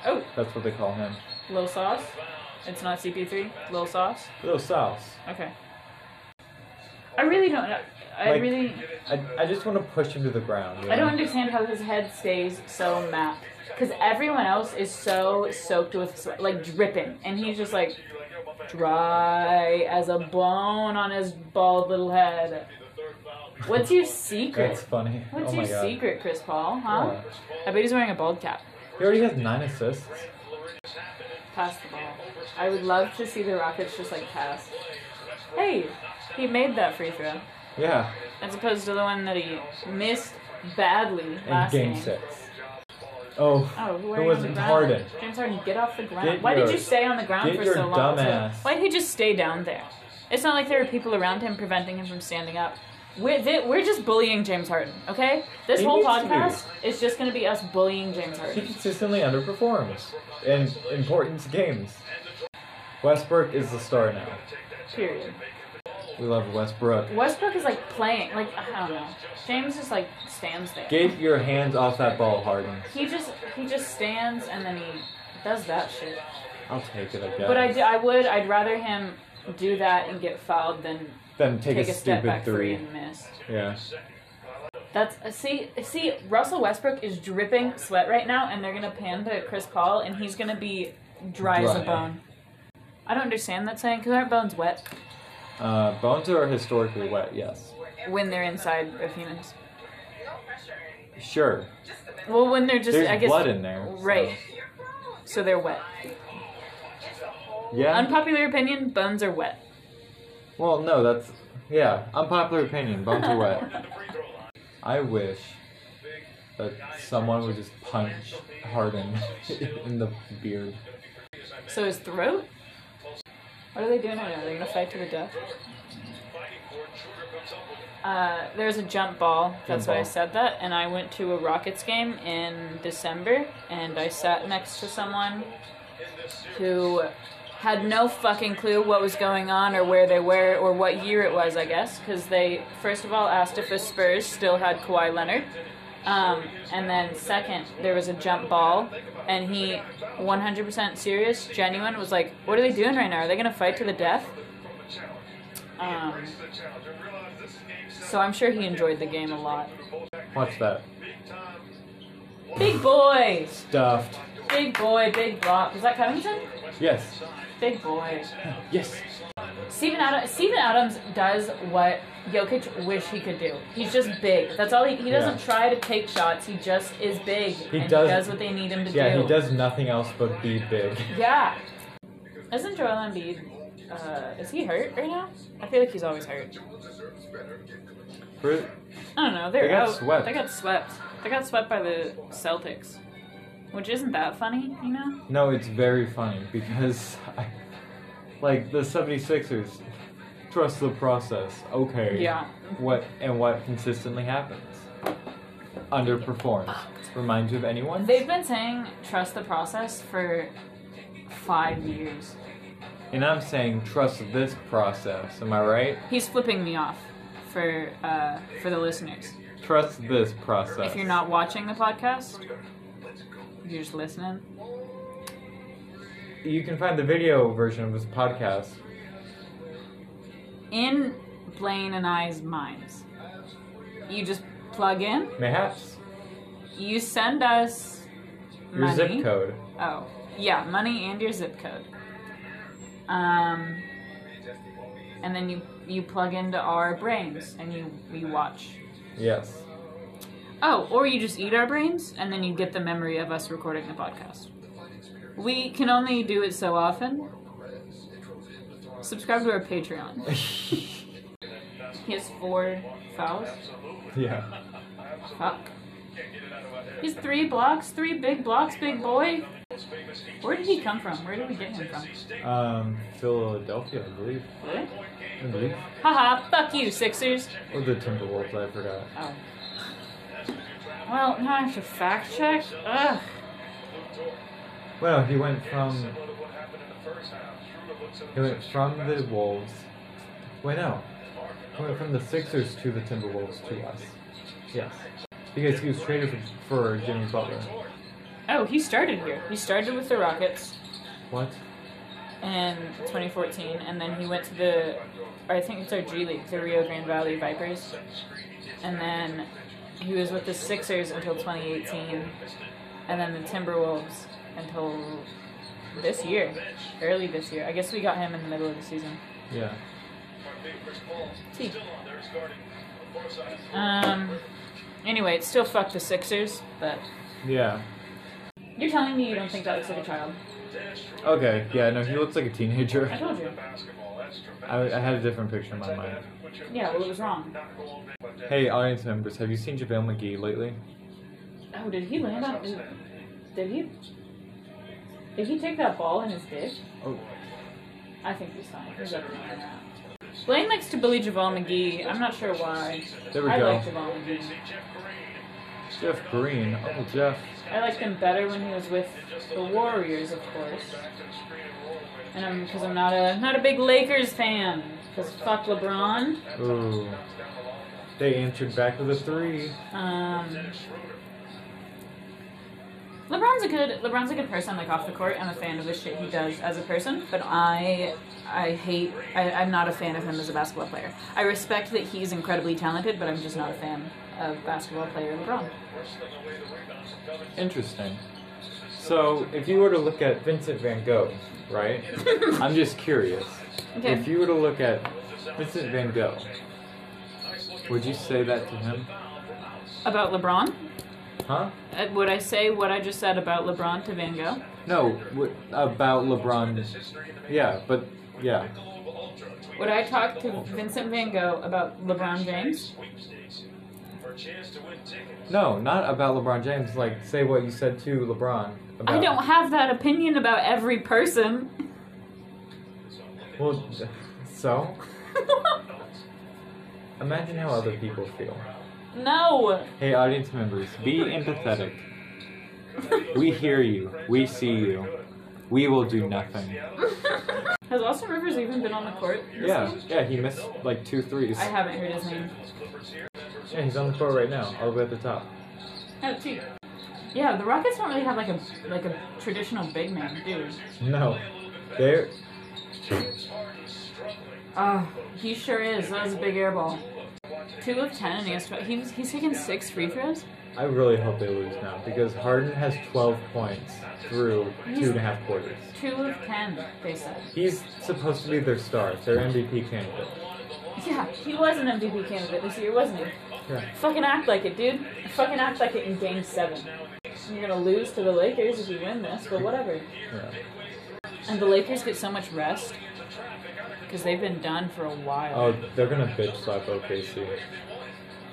[SPEAKER 2] Oh,
[SPEAKER 1] That's what they call him.
[SPEAKER 2] little sauce. It's not CP3. Little sauce.
[SPEAKER 1] Little sauce.
[SPEAKER 2] Okay. I really don't know. I
[SPEAKER 1] Like-
[SPEAKER 2] really.
[SPEAKER 1] I, I just want to push him to the ground. you
[SPEAKER 2] I don't
[SPEAKER 1] know?
[SPEAKER 2] understand how his head stays so mapped. Because everyone else is so soaked with sweat, like dripping. And he's just like dry as a bone on his bald little head. What's your secret?
[SPEAKER 1] That's funny.
[SPEAKER 2] What's
[SPEAKER 1] oh my
[SPEAKER 2] your
[SPEAKER 1] God.
[SPEAKER 2] secret, Chris Paul, huh?
[SPEAKER 1] Yeah.
[SPEAKER 2] I bet he's wearing a bald cap.
[SPEAKER 1] He already has nine assists.
[SPEAKER 2] Pass the ball. I would love to see the Rockets just like pass. Hey, he made that free throw.
[SPEAKER 1] Yeah.
[SPEAKER 2] As opposed to the one that he missed badly
[SPEAKER 1] In
[SPEAKER 2] last
[SPEAKER 1] game
[SPEAKER 2] game.
[SPEAKER 1] six. Oh.
[SPEAKER 2] Oh, who
[SPEAKER 1] It
[SPEAKER 2] are you
[SPEAKER 1] wasn't
[SPEAKER 2] on the ground?
[SPEAKER 1] Harden.
[SPEAKER 2] James Harden, get off the ground.
[SPEAKER 1] Get
[SPEAKER 2] Why did
[SPEAKER 1] your-
[SPEAKER 2] you stay on the ground
[SPEAKER 1] get
[SPEAKER 2] for
[SPEAKER 1] your
[SPEAKER 2] so long? too?
[SPEAKER 1] dumbass.
[SPEAKER 2] Why did he just stay down there? It's not like there were people around him preventing him from standing up. We're, th- we're just bullying James Harden, okay? This
[SPEAKER 1] He
[SPEAKER 2] whole
[SPEAKER 1] needs to be.
[SPEAKER 2] podcast is just going to be us bullying James
[SPEAKER 1] He
[SPEAKER 2] Harden.
[SPEAKER 1] consistently underperforms in important games. Westbrook is the star now.
[SPEAKER 2] Period.
[SPEAKER 1] We love Westbrook.
[SPEAKER 2] Westbrook is like playing, like I don't know. James just like stands there.
[SPEAKER 1] Get your hands off that ball, Harden.
[SPEAKER 2] He just he just stands and then he does that shit.
[SPEAKER 1] I'll take it, I guess.
[SPEAKER 2] But I, d- I would I'd rather him do that and get fouled than
[SPEAKER 1] then take,
[SPEAKER 2] take
[SPEAKER 1] a,
[SPEAKER 2] a step
[SPEAKER 1] stupid
[SPEAKER 2] back three
[SPEAKER 1] three.
[SPEAKER 2] and miss.
[SPEAKER 1] Yeah.
[SPEAKER 2] That's uh, see see Russell Westbrook is dripping sweat right now, and they're gonna pan to Chris Paul, and he's gonna be dry, as a
[SPEAKER 1] Dry.
[SPEAKER 2] bone. I don't understand that saying because aren't bones wet
[SPEAKER 1] Uh, bones are historically wet. Yes.
[SPEAKER 2] when they're inside of humans?
[SPEAKER 1] Sure.
[SPEAKER 2] Well, when they're just
[SPEAKER 1] There's
[SPEAKER 2] I guess
[SPEAKER 1] blood in there. so-
[SPEAKER 2] right, so they're wet.
[SPEAKER 1] Yeah.
[SPEAKER 2] Unpopular opinion: bones are wet.
[SPEAKER 1] Well, no, that's yeah, unpopular opinion. Bones are wet. I wish that someone would just punch Harden in the beard.
[SPEAKER 2] So his throat. What are they doing right now? They're gonna fight to the death. Uh, there's a jump ball. That's why I
[SPEAKER 1] ball.
[SPEAKER 2] said that. And I went to a Rockets game in December, and I sat next to someone who had no fucking clue what was going on or where they were or what year it was. I guess because they first of all asked if the Spurs still had Kawhi Leonard. Um, and then second, there was a jump ball, and he, 100% serious, genuine, was like, "What are they doing right now? Are they gonna fight to the death?" Um, so I'm sure he enjoyed the game a lot.
[SPEAKER 1] Watch that.
[SPEAKER 2] Big boy,
[SPEAKER 1] Stuffed.
[SPEAKER 2] big boy, big block. Was that Covington?
[SPEAKER 1] Yes.
[SPEAKER 2] Big boy.
[SPEAKER 1] Yes.
[SPEAKER 2] Steven Adams, Steven Adams does what Jokic wish he could do. He's just big. That's all he. He doesn't
[SPEAKER 1] Yeah.
[SPEAKER 2] try to take shots. He just is big.
[SPEAKER 1] He
[SPEAKER 2] and
[SPEAKER 1] does-
[SPEAKER 2] He does what they need him to
[SPEAKER 1] Yeah,
[SPEAKER 2] do.
[SPEAKER 1] he does nothing else but be big.
[SPEAKER 2] Yeah. Isn't Joel Embiid? Uh, is he hurt right now? I feel like he's always hurt.
[SPEAKER 1] For-
[SPEAKER 2] I don't know. They're
[SPEAKER 1] They got
[SPEAKER 2] out.
[SPEAKER 1] swept.
[SPEAKER 2] They got swept. They got swept by the Celtics, which isn't that funny, you know?
[SPEAKER 1] no, it's very funny because, I, like, the 76ers trust the process. Okay.
[SPEAKER 2] Yeah.
[SPEAKER 1] What and what consistently happens? Underperforms. Remind you of anyone?
[SPEAKER 2] They've been saying trust the process for five years.
[SPEAKER 1] And I'm saying trust this process. Am I right?
[SPEAKER 2] He's flipping me off for uh, for the listeners.
[SPEAKER 1] Trust this process.
[SPEAKER 2] If you're not watching the podcast, you're just listening.
[SPEAKER 1] you can find the video version of this podcast.
[SPEAKER 2] In Blaine and I's minds, you just plug in.
[SPEAKER 1] Mayhaps
[SPEAKER 2] You send us
[SPEAKER 1] your
[SPEAKER 2] money.
[SPEAKER 1] zip code.
[SPEAKER 2] Oh, yeah, money and your zip code. Um, and then you you plug into our brains and you you watch.
[SPEAKER 1] Yes.
[SPEAKER 2] Oh, or you just eat our brains and then you get the memory of us recording the podcast. We can only do it so often. Subscribe to our Patreon. He has four fouls.
[SPEAKER 1] yeah.
[SPEAKER 2] Fuck. He's three blocks, three big blocks, big boy. Where did he come from? Where did we get him from?
[SPEAKER 1] Um, Philadelphia, I believe.
[SPEAKER 2] Really?
[SPEAKER 1] I believe.
[SPEAKER 2] Haha, fuck you, Sixers.
[SPEAKER 1] Or the Timberwolves, I forgot.
[SPEAKER 2] Oh. Well, now I have to fact check? Ugh.
[SPEAKER 1] Well, he went from he went from the Wolves. Wait, no. He went from the Sixers to the Timberwolves to us. Yes. Because he was traded for, for Jimmy Butler.
[SPEAKER 2] Oh, he started here. He started with the Rockets
[SPEAKER 1] What?
[SPEAKER 2] in 2014, and then he went to the, or I think it's our G League, the Rio Grande Valley Vipers. And then he was with the Sixers until 2018, and then the Timberwolves until this year, early this year. I guess we got him in the middle of the season.
[SPEAKER 1] Yeah.
[SPEAKER 2] See. Um. Anyway, it's still fuck the Sixers, but
[SPEAKER 1] Yeah.
[SPEAKER 2] you're telling me you don't think that looks like a child.
[SPEAKER 1] Okay. Yeah. No, he looks like a teenager.
[SPEAKER 2] I told you.
[SPEAKER 1] I, I had a different picture in my mind.
[SPEAKER 2] Yeah, well, it was wrong.
[SPEAKER 1] Hey, audience members, have you seen JaVale McGee lately?
[SPEAKER 2] Oh, did he land on? Did he? Did he take that ball in his dish?
[SPEAKER 1] Oh,
[SPEAKER 2] I think he's fine. He's up and running around. Blaine likes to bully Javon McGee. I'm not sure why.
[SPEAKER 1] there we
[SPEAKER 2] I
[SPEAKER 1] go.
[SPEAKER 2] like Javon McGee.
[SPEAKER 1] Jeff Green. Oh, Jeff.
[SPEAKER 2] I liked him better when he was with the Warriors, of course. And I'm because I'm not a not a big Lakers fan. Because fuck LeBron.
[SPEAKER 1] Ooh. They answered back with a three.
[SPEAKER 2] Um, LeBron's a good LeBron's a good person. Like off the court, I'm a fan of the shit he does as a person, but I I hate I, I'm not a fan of him as a basketball player. I respect that he's incredibly talented, but I'm just not a fan of basketball player LeBron.
[SPEAKER 1] Interesting. So, if you were to look at Vincent van Gogh, right? I'm just curious.
[SPEAKER 2] Okay.
[SPEAKER 1] If you were to look at Vincent van Gogh, would you say that to him?
[SPEAKER 2] About LeBron,
[SPEAKER 1] Huh?
[SPEAKER 2] Uh, would I say what I just said about LeBron to Van Gogh?
[SPEAKER 1] No, w- about LeBron. Yeah, but yeah.
[SPEAKER 2] Would I talk to Vincent Van Gogh about LeBron James?
[SPEAKER 1] No, not about LeBron James. Like, say what you said to LeBron. About,
[SPEAKER 2] I don't have that opinion about every person.
[SPEAKER 1] Well, so imagine how other people feel.
[SPEAKER 2] no.
[SPEAKER 1] Hey, audience members, be empathetic. We hear you. We see you. We will do nothing.
[SPEAKER 2] Has Austin Rivers even been on the court? this
[SPEAKER 1] Yeah,
[SPEAKER 2] game?
[SPEAKER 1] yeah. He missed like two threes.
[SPEAKER 2] I haven't heard his name.
[SPEAKER 1] Yeah, he's on the court right now, all the way at the top.
[SPEAKER 2] Oh, two. Yeah, the Rockets don't really have like a like a traditional big man, dude.
[SPEAKER 1] No, there.
[SPEAKER 2] Oh, he sure is. That was a big air ball. Two of ten, and he has 12. He was, he's taking six free throws.
[SPEAKER 1] I really hope they lose now because Harden has 12 points through two and a half quarters.
[SPEAKER 2] Two of ten, they said.
[SPEAKER 1] He's supposed to be their star, their MVP candidate.
[SPEAKER 2] Yeah, he was an MVP candidate this year, wasn't he?
[SPEAKER 1] Yeah.
[SPEAKER 2] Fucking act like it, dude. Fucking act like it in game seven. You're gonna lose to the Lakers if you win this, but whatever.
[SPEAKER 1] yeah.
[SPEAKER 2] And the Lakers get so much rest because they've been done for a while.
[SPEAKER 1] Oh, they're gonna bitch slap OKC.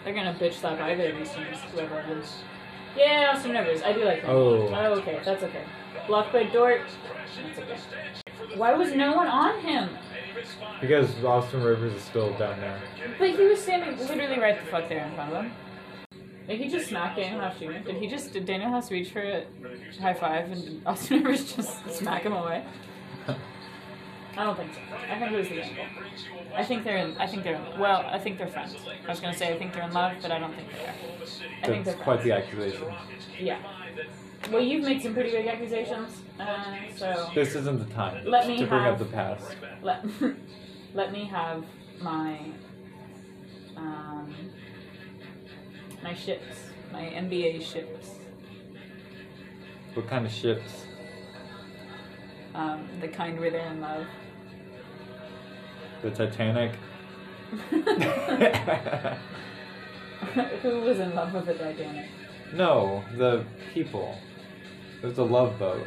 [SPEAKER 2] They're gonna bitch slap either of these teams, whoever wins. Yeah, Austin Rivers. I do like that.
[SPEAKER 1] Oh.
[SPEAKER 2] Oh, okay. That's okay. Blocked by Dort. That's okay. Why was no one on him?
[SPEAKER 1] Because Austin Rivers is still down there.
[SPEAKER 2] But he was standing literally right the fuck there in front of him. Did he just smack Daniel House Jr.? Did he just, did Daniel House reach for a high five and did Austin Rivers just smack him away? I don't think so. I think it was the angle. I think they're in, I think they're, well, I think they're friends. I was gonna say I think they're in love, but I don't think they are. I think they're
[SPEAKER 1] That's quite
[SPEAKER 2] friends.
[SPEAKER 1] the accusation.
[SPEAKER 2] Yeah. Well, you've made some pretty big accusations, uh, so
[SPEAKER 1] This isn't the time
[SPEAKER 2] Let me
[SPEAKER 1] to bring
[SPEAKER 2] have-
[SPEAKER 1] up the past.
[SPEAKER 2] let, let me have my um, my ships, my NBA ships,
[SPEAKER 1] What kind of ships?
[SPEAKER 2] um, the kind where they're in love.
[SPEAKER 1] The Titanic?
[SPEAKER 2] Who was in love with the Titanic?
[SPEAKER 1] no, the people. It was a love boat.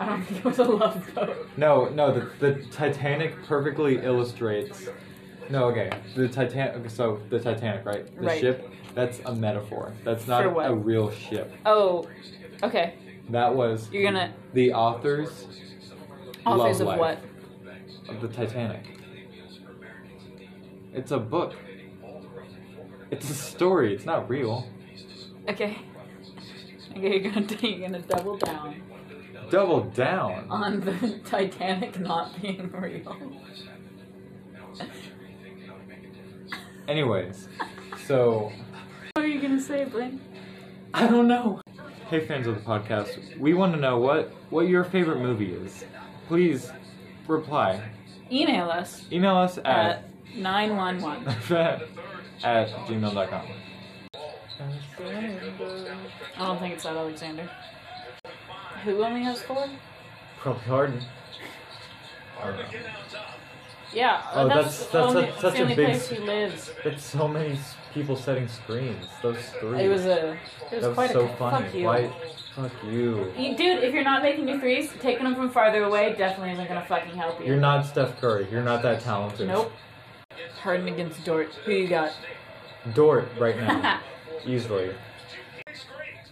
[SPEAKER 2] I don't think it was a love boat.
[SPEAKER 1] No, no, the, the Titanic perfectly illustrates. No, okay. The Titanic. So the Titanic, right? The
[SPEAKER 2] Right.
[SPEAKER 1] ship. That's a metaphor. That's not
[SPEAKER 2] For what?
[SPEAKER 1] a real ship.
[SPEAKER 2] Oh, okay.
[SPEAKER 1] That was
[SPEAKER 2] You're gonna
[SPEAKER 1] the authors
[SPEAKER 2] authors
[SPEAKER 1] Love
[SPEAKER 2] of
[SPEAKER 1] life.
[SPEAKER 2] what?
[SPEAKER 1] of the Titanic. It's a book. It's a story. It's not real.
[SPEAKER 2] Okay. Okay, you're gonna you're gonna double down
[SPEAKER 1] Double down.
[SPEAKER 2] on the Titanic not being real.
[SPEAKER 1] Anyways, so
[SPEAKER 2] What are you gonna say, Blaine?
[SPEAKER 1] I don't know. Hey, fans of the podcast, we want to know what what your favorite movie is. Please reply.
[SPEAKER 2] Email us
[SPEAKER 1] Email us at
[SPEAKER 2] at nine one one.
[SPEAKER 1] at gmail.com.
[SPEAKER 2] I don't think it's that Alexander. Who only has four?
[SPEAKER 1] Probably Harden.
[SPEAKER 2] Yeah,
[SPEAKER 1] Oh,
[SPEAKER 2] that's,
[SPEAKER 1] that's- that's
[SPEAKER 2] only,
[SPEAKER 1] a-
[SPEAKER 2] it's
[SPEAKER 1] such
[SPEAKER 2] the
[SPEAKER 1] a
[SPEAKER 2] only
[SPEAKER 1] big-
[SPEAKER 2] place he lives.
[SPEAKER 1] It's so many s- people setting screens. Those three.
[SPEAKER 2] It was a, it was
[SPEAKER 1] that was
[SPEAKER 2] quite
[SPEAKER 1] so
[SPEAKER 2] a
[SPEAKER 1] funny.
[SPEAKER 2] fuck you.
[SPEAKER 1] Why? Fuck you.
[SPEAKER 2] You- Dude, if you're not making your threes, taking them from farther away definitely isn't gonna fucking help you.
[SPEAKER 1] You're not Steph Curry. You're not that talented.
[SPEAKER 2] Nope. Harden against Dort. Who you got?
[SPEAKER 1] Dort right now, easily.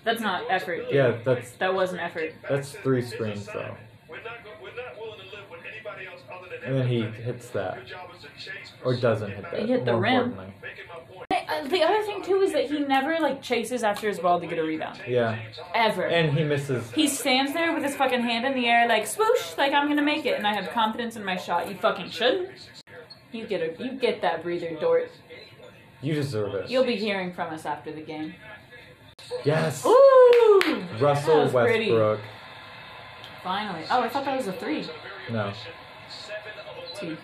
[SPEAKER 2] that's not effort. dude.
[SPEAKER 1] Yeah, that's
[SPEAKER 2] That was an effort.
[SPEAKER 1] that's three screens though.
[SPEAKER 3] We're not, go- we're not willing to live with anybody else other than
[SPEAKER 1] And then he
[SPEAKER 3] everybody.
[SPEAKER 1] hits that,
[SPEAKER 3] Your job is to chase
[SPEAKER 1] or doesn't hit that.
[SPEAKER 2] He hit the
[SPEAKER 1] more
[SPEAKER 2] rim.
[SPEAKER 1] importantly.
[SPEAKER 3] Making my point.
[SPEAKER 2] Hey, uh, The other thing too is that he never like chases after his ball to get a rebound.
[SPEAKER 1] Yeah,
[SPEAKER 2] Ever.
[SPEAKER 1] and he misses.
[SPEAKER 2] He stands there with his fucking hand in the air, like swoosh, like I'm gonna make it, and I have confidence in my shot. You fucking shouldn't. You get a, you get that breather, Dort.
[SPEAKER 1] You deserve it.
[SPEAKER 2] You'll be hearing from us after the game.
[SPEAKER 1] Yes.
[SPEAKER 2] Ooh,
[SPEAKER 1] Russell
[SPEAKER 2] That was pretty.
[SPEAKER 1] Westbrook.
[SPEAKER 2] Finally. Oh, I thought that was a three.
[SPEAKER 1] No.
[SPEAKER 2] Two.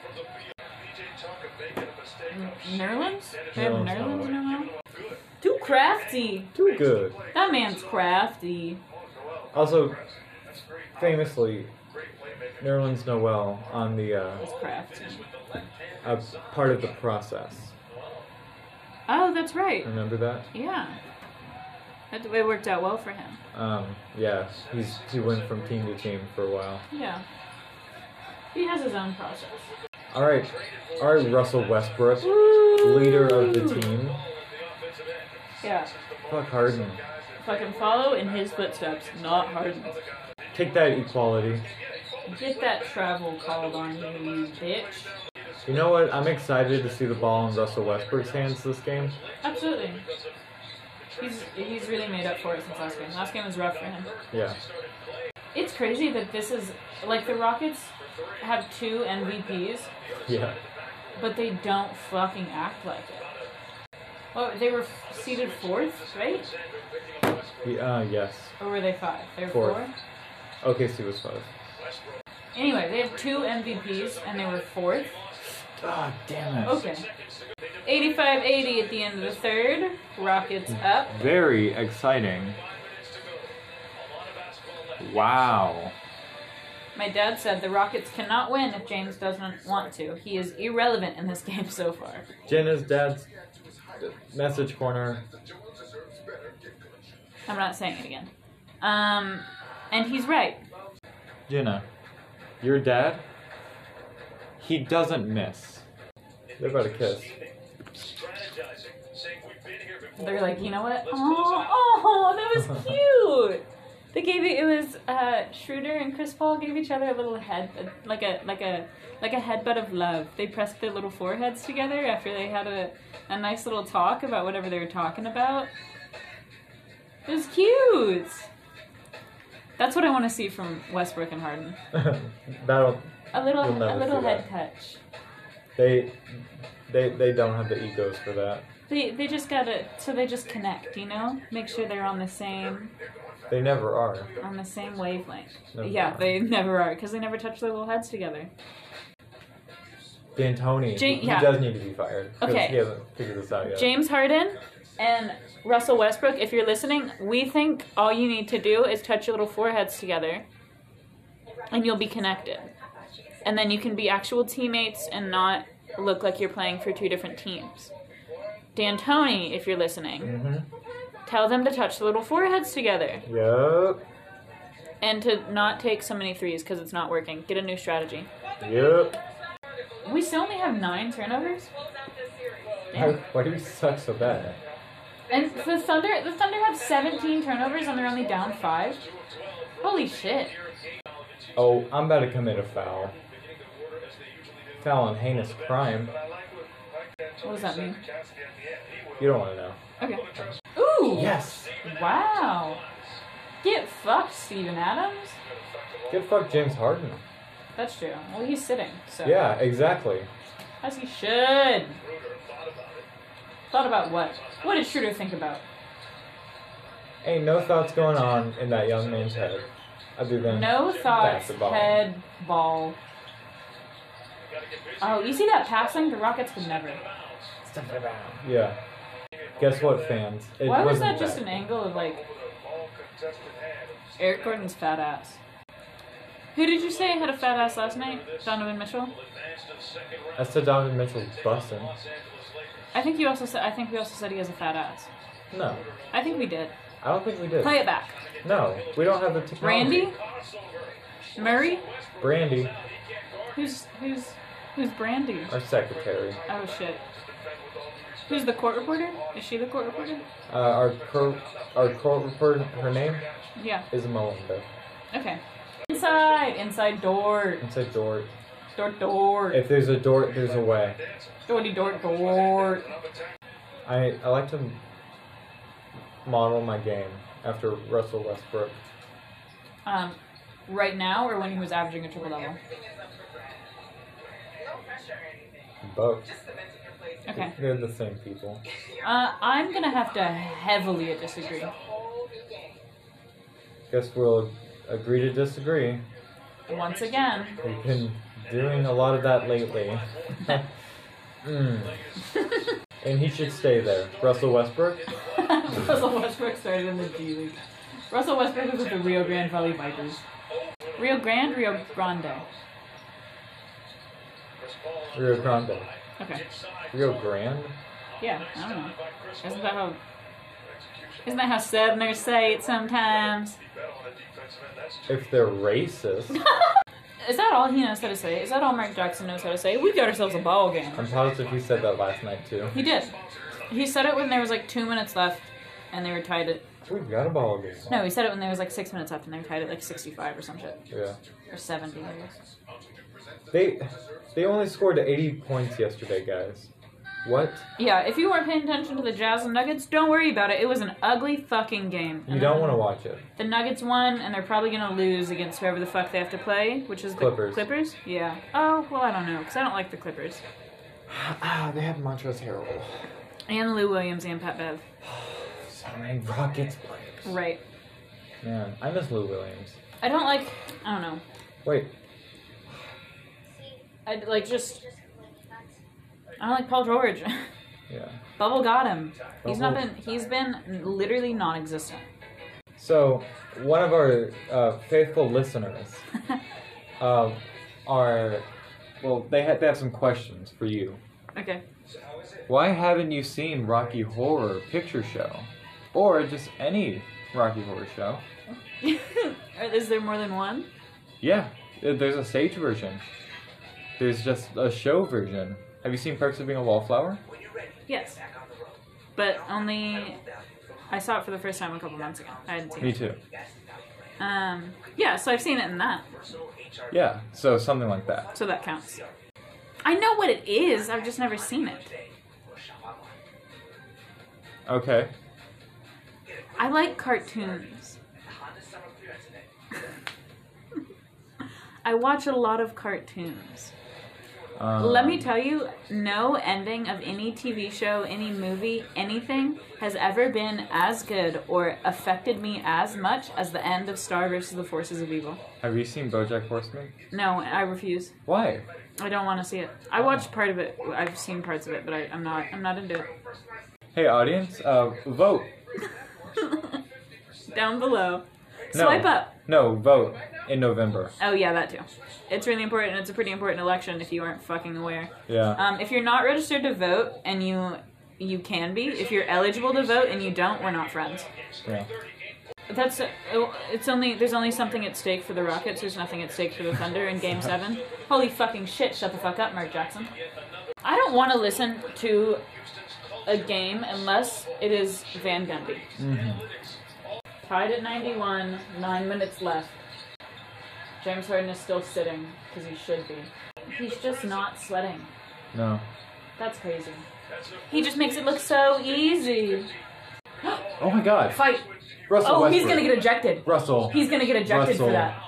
[SPEAKER 2] Mm. Nerlens? They have
[SPEAKER 1] No, it's
[SPEAKER 2] Nerlens
[SPEAKER 1] not.
[SPEAKER 2] in a row? Too crafty.
[SPEAKER 1] Too good.
[SPEAKER 2] That man's crafty.
[SPEAKER 1] Also, famously, Nerlens Noel on the uh,
[SPEAKER 2] That's crafty.
[SPEAKER 1] a part of the process.
[SPEAKER 2] Oh, that's right.
[SPEAKER 1] Remember that?
[SPEAKER 2] Yeah. That it worked out well for him.
[SPEAKER 1] Um, yeah, he's he went from team to team for a while.
[SPEAKER 2] Yeah. He has his own process.
[SPEAKER 1] All right, all right, Russell Westbrook,
[SPEAKER 2] Woo!
[SPEAKER 1] leader of the team.
[SPEAKER 2] Yeah.
[SPEAKER 1] Fuck Harden.
[SPEAKER 2] Fucking follow in his footsteps, not Harden.
[SPEAKER 1] Take that equality.
[SPEAKER 2] Get that travel called on you, you bitch.
[SPEAKER 1] You know what? I'm excited to see the ball in Russell Westbrook's hands this game.
[SPEAKER 2] Absolutely. He's he's really made up for it since last game. Last game was rough for him.
[SPEAKER 1] Yeah.
[SPEAKER 2] It's crazy that this is like the Rockets have two MVPs,
[SPEAKER 1] Yeah.
[SPEAKER 2] but they don't fucking act like it. Well, they were seated fourth, right?
[SPEAKER 1] He, uh, yes.
[SPEAKER 2] Or were they five? They were
[SPEAKER 1] Fourth.
[SPEAKER 2] four.
[SPEAKER 1] OKC was five.
[SPEAKER 2] Anyway, they have two MVPs and they were fourth.
[SPEAKER 1] God damn it.
[SPEAKER 2] Okay. 85 80 at the end of the third. Rockets up.
[SPEAKER 1] Very exciting. Wow.
[SPEAKER 2] My dad said the Rockets cannot win if James doesn't want to. He is irrelevant in this game so far.
[SPEAKER 1] Jenna's dad's message corner.
[SPEAKER 2] I'm not saying it again. Um, and he's right.
[SPEAKER 1] Jenna, your dad, he doesn't miss. They're about to kiss.
[SPEAKER 2] They're like, you know what? Oh, oh, that was cute. They gave it. It was uh, Schroeder and Chris Paul gave each other a little head, uh, like a like a like a headbutt of love. They pressed their little foreheads together after they had a a nice little talk about whatever they were talking about. It was cute. That's what I want to see from Westbrook and Harden.
[SPEAKER 1] That'll,
[SPEAKER 2] A little
[SPEAKER 1] You'll never
[SPEAKER 2] a little
[SPEAKER 1] see
[SPEAKER 2] head
[SPEAKER 1] that.
[SPEAKER 2] touch.
[SPEAKER 1] they, they, they don't have the egos for that.
[SPEAKER 2] They they just gotta so they just connect, you know? Make sure they're on the same
[SPEAKER 1] They never are.
[SPEAKER 2] on the same wavelength.
[SPEAKER 1] Never
[SPEAKER 2] yeah,
[SPEAKER 1] are.
[SPEAKER 2] they never are because they never touch their little heads together.
[SPEAKER 1] D'Antoni,
[SPEAKER 2] Ja-
[SPEAKER 1] he
[SPEAKER 2] yeah.
[SPEAKER 1] does need to be fired. 'cause
[SPEAKER 2] Okay.
[SPEAKER 1] He hasn't figured this out yet.
[SPEAKER 2] James Harden and Russell Westbrook, if you're listening, we think all you need to do is touch your little foreheads together and you'll be connected. And then you can be actual teammates and not look like you're playing for two different teams. D'Antoni, if you're listening,
[SPEAKER 1] mm-hmm.
[SPEAKER 2] tell them to touch the little foreheads together.
[SPEAKER 1] Yup.
[SPEAKER 2] and to not take so many threes because it's not working. Get a new strategy.
[SPEAKER 1] Yup.
[SPEAKER 2] We still only have nine turnovers,
[SPEAKER 1] Why, why do we suck so bad?
[SPEAKER 2] and the Thunder the Thunder have 17 turnovers and they're only down five. Holy shit!
[SPEAKER 1] Oh, I'm about to commit a foul.
[SPEAKER 2] oh."
[SPEAKER 1] Foul on heinous crime.
[SPEAKER 2] What does that mean?
[SPEAKER 1] You don't want to know.
[SPEAKER 2] Okay. Ooh.
[SPEAKER 1] Yes.
[SPEAKER 2] Wow. Get fucked, Steven Adams.
[SPEAKER 1] Get fucked, James Harden.
[SPEAKER 2] That's true. Well, he's sitting, so
[SPEAKER 1] Yeah, exactly.
[SPEAKER 2] as he should. Thought about what? What did Schroeder think about?
[SPEAKER 1] Ain't no thoughts going on in that young man's head. Other than
[SPEAKER 2] No thoughts,
[SPEAKER 1] Basketball.
[SPEAKER 2] head ball. Oh, you see that passing? The Rockets could never.
[SPEAKER 1] Yeah. Guess what, fans? It
[SPEAKER 2] Why was
[SPEAKER 1] wasn't
[SPEAKER 2] that just an angle of like Eric Gordon's fat ass? Who did you say had a fat ass last night? Donovan Mitchell.
[SPEAKER 1] I said Donovan Mitchell's busting.
[SPEAKER 2] I think you also said. I think we also said he has a fat ass.
[SPEAKER 1] No,
[SPEAKER 2] I think we did.
[SPEAKER 1] I don't think we did.
[SPEAKER 2] Play it back.
[SPEAKER 1] No, we don't have the technology.
[SPEAKER 2] Randy, Murray.
[SPEAKER 1] Brandy,
[SPEAKER 2] Who's who's who's Brandy?
[SPEAKER 1] our secretary,
[SPEAKER 2] Oh shit. Who's the court reporter? Is she the court reporter?
[SPEAKER 1] uh, our cor- our court reporter. Her name
[SPEAKER 2] Yeah.
[SPEAKER 1] is Melinda.
[SPEAKER 2] Okay. Inside, inside door,
[SPEAKER 1] It's a door.
[SPEAKER 2] door, door,
[SPEAKER 1] If there's a door, there's a way.
[SPEAKER 2] doorty, door, door.
[SPEAKER 1] I I like to model my game after Russell Westbrook.
[SPEAKER 2] Um, right now or when he was averaging a triple double?
[SPEAKER 1] Both.
[SPEAKER 2] Okay.
[SPEAKER 1] They're the same people.
[SPEAKER 2] Uh, I'm gonna have to heavily disagree.
[SPEAKER 1] Guess we'll agree to disagree.
[SPEAKER 2] Once again,
[SPEAKER 1] We've been doing a lot of that lately. Mm. And he should stay there. Russell Westbrook?
[SPEAKER 2] Russell Westbrook started in the G League. Russell Westbrook was with the Rio Grande Valley Vipers. Rio Grande, Rio Grande.
[SPEAKER 1] Rio Grande.
[SPEAKER 2] Okay.
[SPEAKER 1] Rio Grande?
[SPEAKER 2] Yeah, I don't know. Isn't that how? Isn't that how Southerners say it sometimes?
[SPEAKER 1] If they're racist,
[SPEAKER 2] Is that all he knows how to say? Is that all Mark Jackson knows how to say? We got ourselves a ball game.
[SPEAKER 1] I'm positive he said that last night too.
[SPEAKER 2] He did. He said it when there was like two minutes left, and they were tied at.
[SPEAKER 1] We've got a ball game.
[SPEAKER 2] No, he said it when there was like six minutes left, and they were tied at like sixty-five or some shit,
[SPEAKER 1] Yeah.
[SPEAKER 2] or seventy, I guess.
[SPEAKER 1] They they only scored 80 points yesterday, guys. What?
[SPEAKER 2] Yeah, if you weren't paying attention to the Jazz and Nuggets, don't worry about it. It was an ugly fucking game.
[SPEAKER 1] You don't want to watch it.
[SPEAKER 2] The Nuggets won, and they're probably gonna lose against whoever the fuck they have to play, which is the
[SPEAKER 1] Clippers.
[SPEAKER 2] Clippers. Yeah. Oh well, I don't know, cause I don't like the Clippers.
[SPEAKER 1] Ah, they have Montrezl Harrell.
[SPEAKER 2] And Lou Williams and Pat Bev.
[SPEAKER 1] So many Rockets players.
[SPEAKER 2] Right.
[SPEAKER 1] Man, I miss Lou Williams.
[SPEAKER 2] I don't like. I don't know.
[SPEAKER 1] Wait,
[SPEAKER 2] I like just. I don't like Paul George.
[SPEAKER 1] yeah.
[SPEAKER 2] Bubble got him. He's not
[SPEAKER 1] Bubble-
[SPEAKER 2] been. He's been literally non-existent.
[SPEAKER 1] So, one of our uh, faithful listeners uh, are well, they have, they have some questions for you.
[SPEAKER 2] Okay.
[SPEAKER 1] Why haven't you seen Rocky Horror Picture Show, or just any Rocky Horror Show?
[SPEAKER 2] Is there more than one?
[SPEAKER 1] Yeah, uh, there's a stage version. There's just a show version. Have you seen Perks of Being a Wallflower?
[SPEAKER 2] Yes. But only I saw it for the first time a couple months ago. I hadn't seen
[SPEAKER 1] Me
[SPEAKER 2] it.
[SPEAKER 1] too.
[SPEAKER 2] Um, yeah, so I've seen it in that.
[SPEAKER 1] Yeah, so something like that.
[SPEAKER 2] So that counts. I know what it is, I've just never seen it.
[SPEAKER 1] Okay.
[SPEAKER 2] I like cartoons. I watch a lot of cartoons.
[SPEAKER 1] Um,
[SPEAKER 2] Let me tell you, no ending of any TV show, any movie, anything has ever been as good or affected me as much as the end of Star versus the Forces of Evil.
[SPEAKER 1] Have you seen BoJack Horseman?
[SPEAKER 2] No, I refuse.
[SPEAKER 1] Why?
[SPEAKER 2] I don't want to see it. I watched part of it. I've seen parts of it, but I, I'm not. I'm not into it.
[SPEAKER 1] Hey, audience, uh, vote.
[SPEAKER 2] Down below,
[SPEAKER 1] No.
[SPEAKER 2] swipe up.
[SPEAKER 1] No, vote in November.
[SPEAKER 2] Oh yeah, that too. It's really important. It's a pretty important election if you aren't fucking aware.
[SPEAKER 1] Yeah.
[SPEAKER 2] Um, if you're not registered to vote, and you you can be, if you're eligible to vote and you don't, we're not friends.
[SPEAKER 1] yeah.
[SPEAKER 2] That's it's only there's only something at stake for the Rockets. There's nothing at stake for the Thunder in Game Seven. Holy fucking shit! Shut the fuck up, Mark Jackson. I don't want to listen to a game unless it is Van Gundy. Tied at 91, nine minutes left. James Harden is still sitting because he should be. He's just not sweating.
[SPEAKER 1] No.
[SPEAKER 2] That's crazy. He just makes it look so easy.
[SPEAKER 1] Oh my God.
[SPEAKER 2] Fight.
[SPEAKER 1] Russell
[SPEAKER 2] Oh, he's
[SPEAKER 1] Westbrook.
[SPEAKER 2] gonna get ejected.
[SPEAKER 1] Russell.
[SPEAKER 2] He's gonna get ejected
[SPEAKER 1] Russell.
[SPEAKER 2] for that.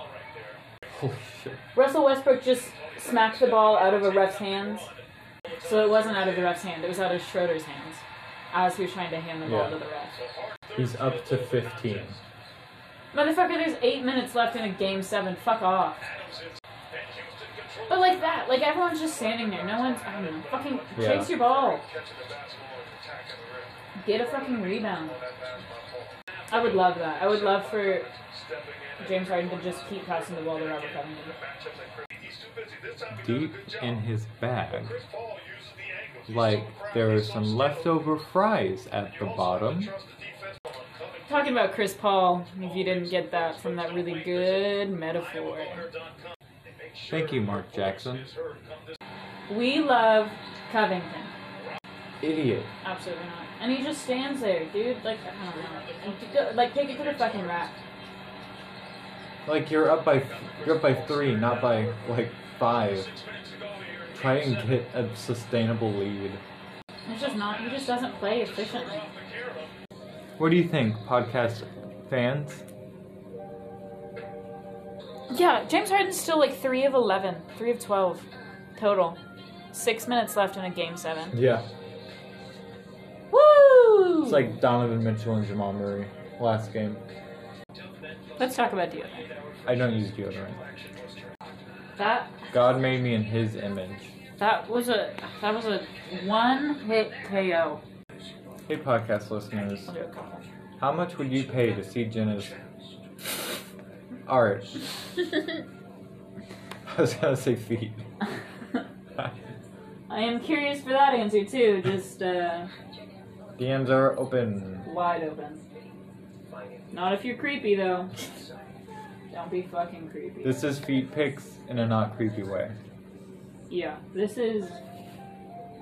[SPEAKER 1] Holy shit.
[SPEAKER 2] Russell Westbrook just smacked the ball out of a ref's hands. So it wasn't out of the ref's hand, it was out of Schroeder's hands. As he was trying to hand the ball
[SPEAKER 1] Yeah.
[SPEAKER 2] to the ref.
[SPEAKER 1] He's up to 15.
[SPEAKER 2] Motherfucker, there's eight minutes left in a game seven. Fuck off. But like that, like everyone's just standing there. No one's, I don't know, fucking
[SPEAKER 1] Yeah.
[SPEAKER 2] chase your ball. Get a fucking rebound. I would love that. I would love for James Harden to just keep passing the ball to Robert Covington.
[SPEAKER 1] Deep in his bag, like there are some leftover fries at the bottom.
[SPEAKER 2] Talking about Chris Paul, if you didn't get that from that really good metaphor.
[SPEAKER 1] Thank you, Mark Jackson.
[SPEAKER 2] We love Covington.
[SPEAKER 1] Idiot.
[SPEAKER 2] Absolutely not. And he just stands there, dude. Like, I don't know. And to go- Like, take it to the fucking rack.
[SPEAKER 1] Like you're up by you're up by three, not by like five. Try and get a sustainable lead.
[SPEAKER 2] It's just not, he just doesn't play efficiently.
[SPEAKER 1] What do you think, podcast fans?
[SPEAKER 2] Yeah, James Harden's still like 3 of 11, 3 of 12 total. Six minutes left in a game seven.
[SPEAKER 1] Yeah.
[SPEAKER 2] Woo!
[SPEAKER 1] It's like Donovan Mitchell and Jamal Murray last game.
[SPEAKER 2] Let's talk about deodorant.
[SPEAKER 1] I don't use deodorant.
[SPEAKER 2] That
[SPEAKER 1] God made me in His image.
[SPEAKER 2] that was a that was a one hit KO.
[SPEAKER 1] Hey, podcast listeners,
[SPEAKER 2] I'll do a couple.
[SPEAKER 1] how much would you pay to see Jenna's art? I was gonna say feet.
[SPEAKER 2] I am curious for that answer too, just uh,
[SPEAKER 1] DMs are open.
[SPEAKER 2] wide open. Not if you're creepy though. Don't be fucking creepy.
[SPEAKER 1] This is feet pics in a not creepy way.
[SPEAKER 2] yeah, this is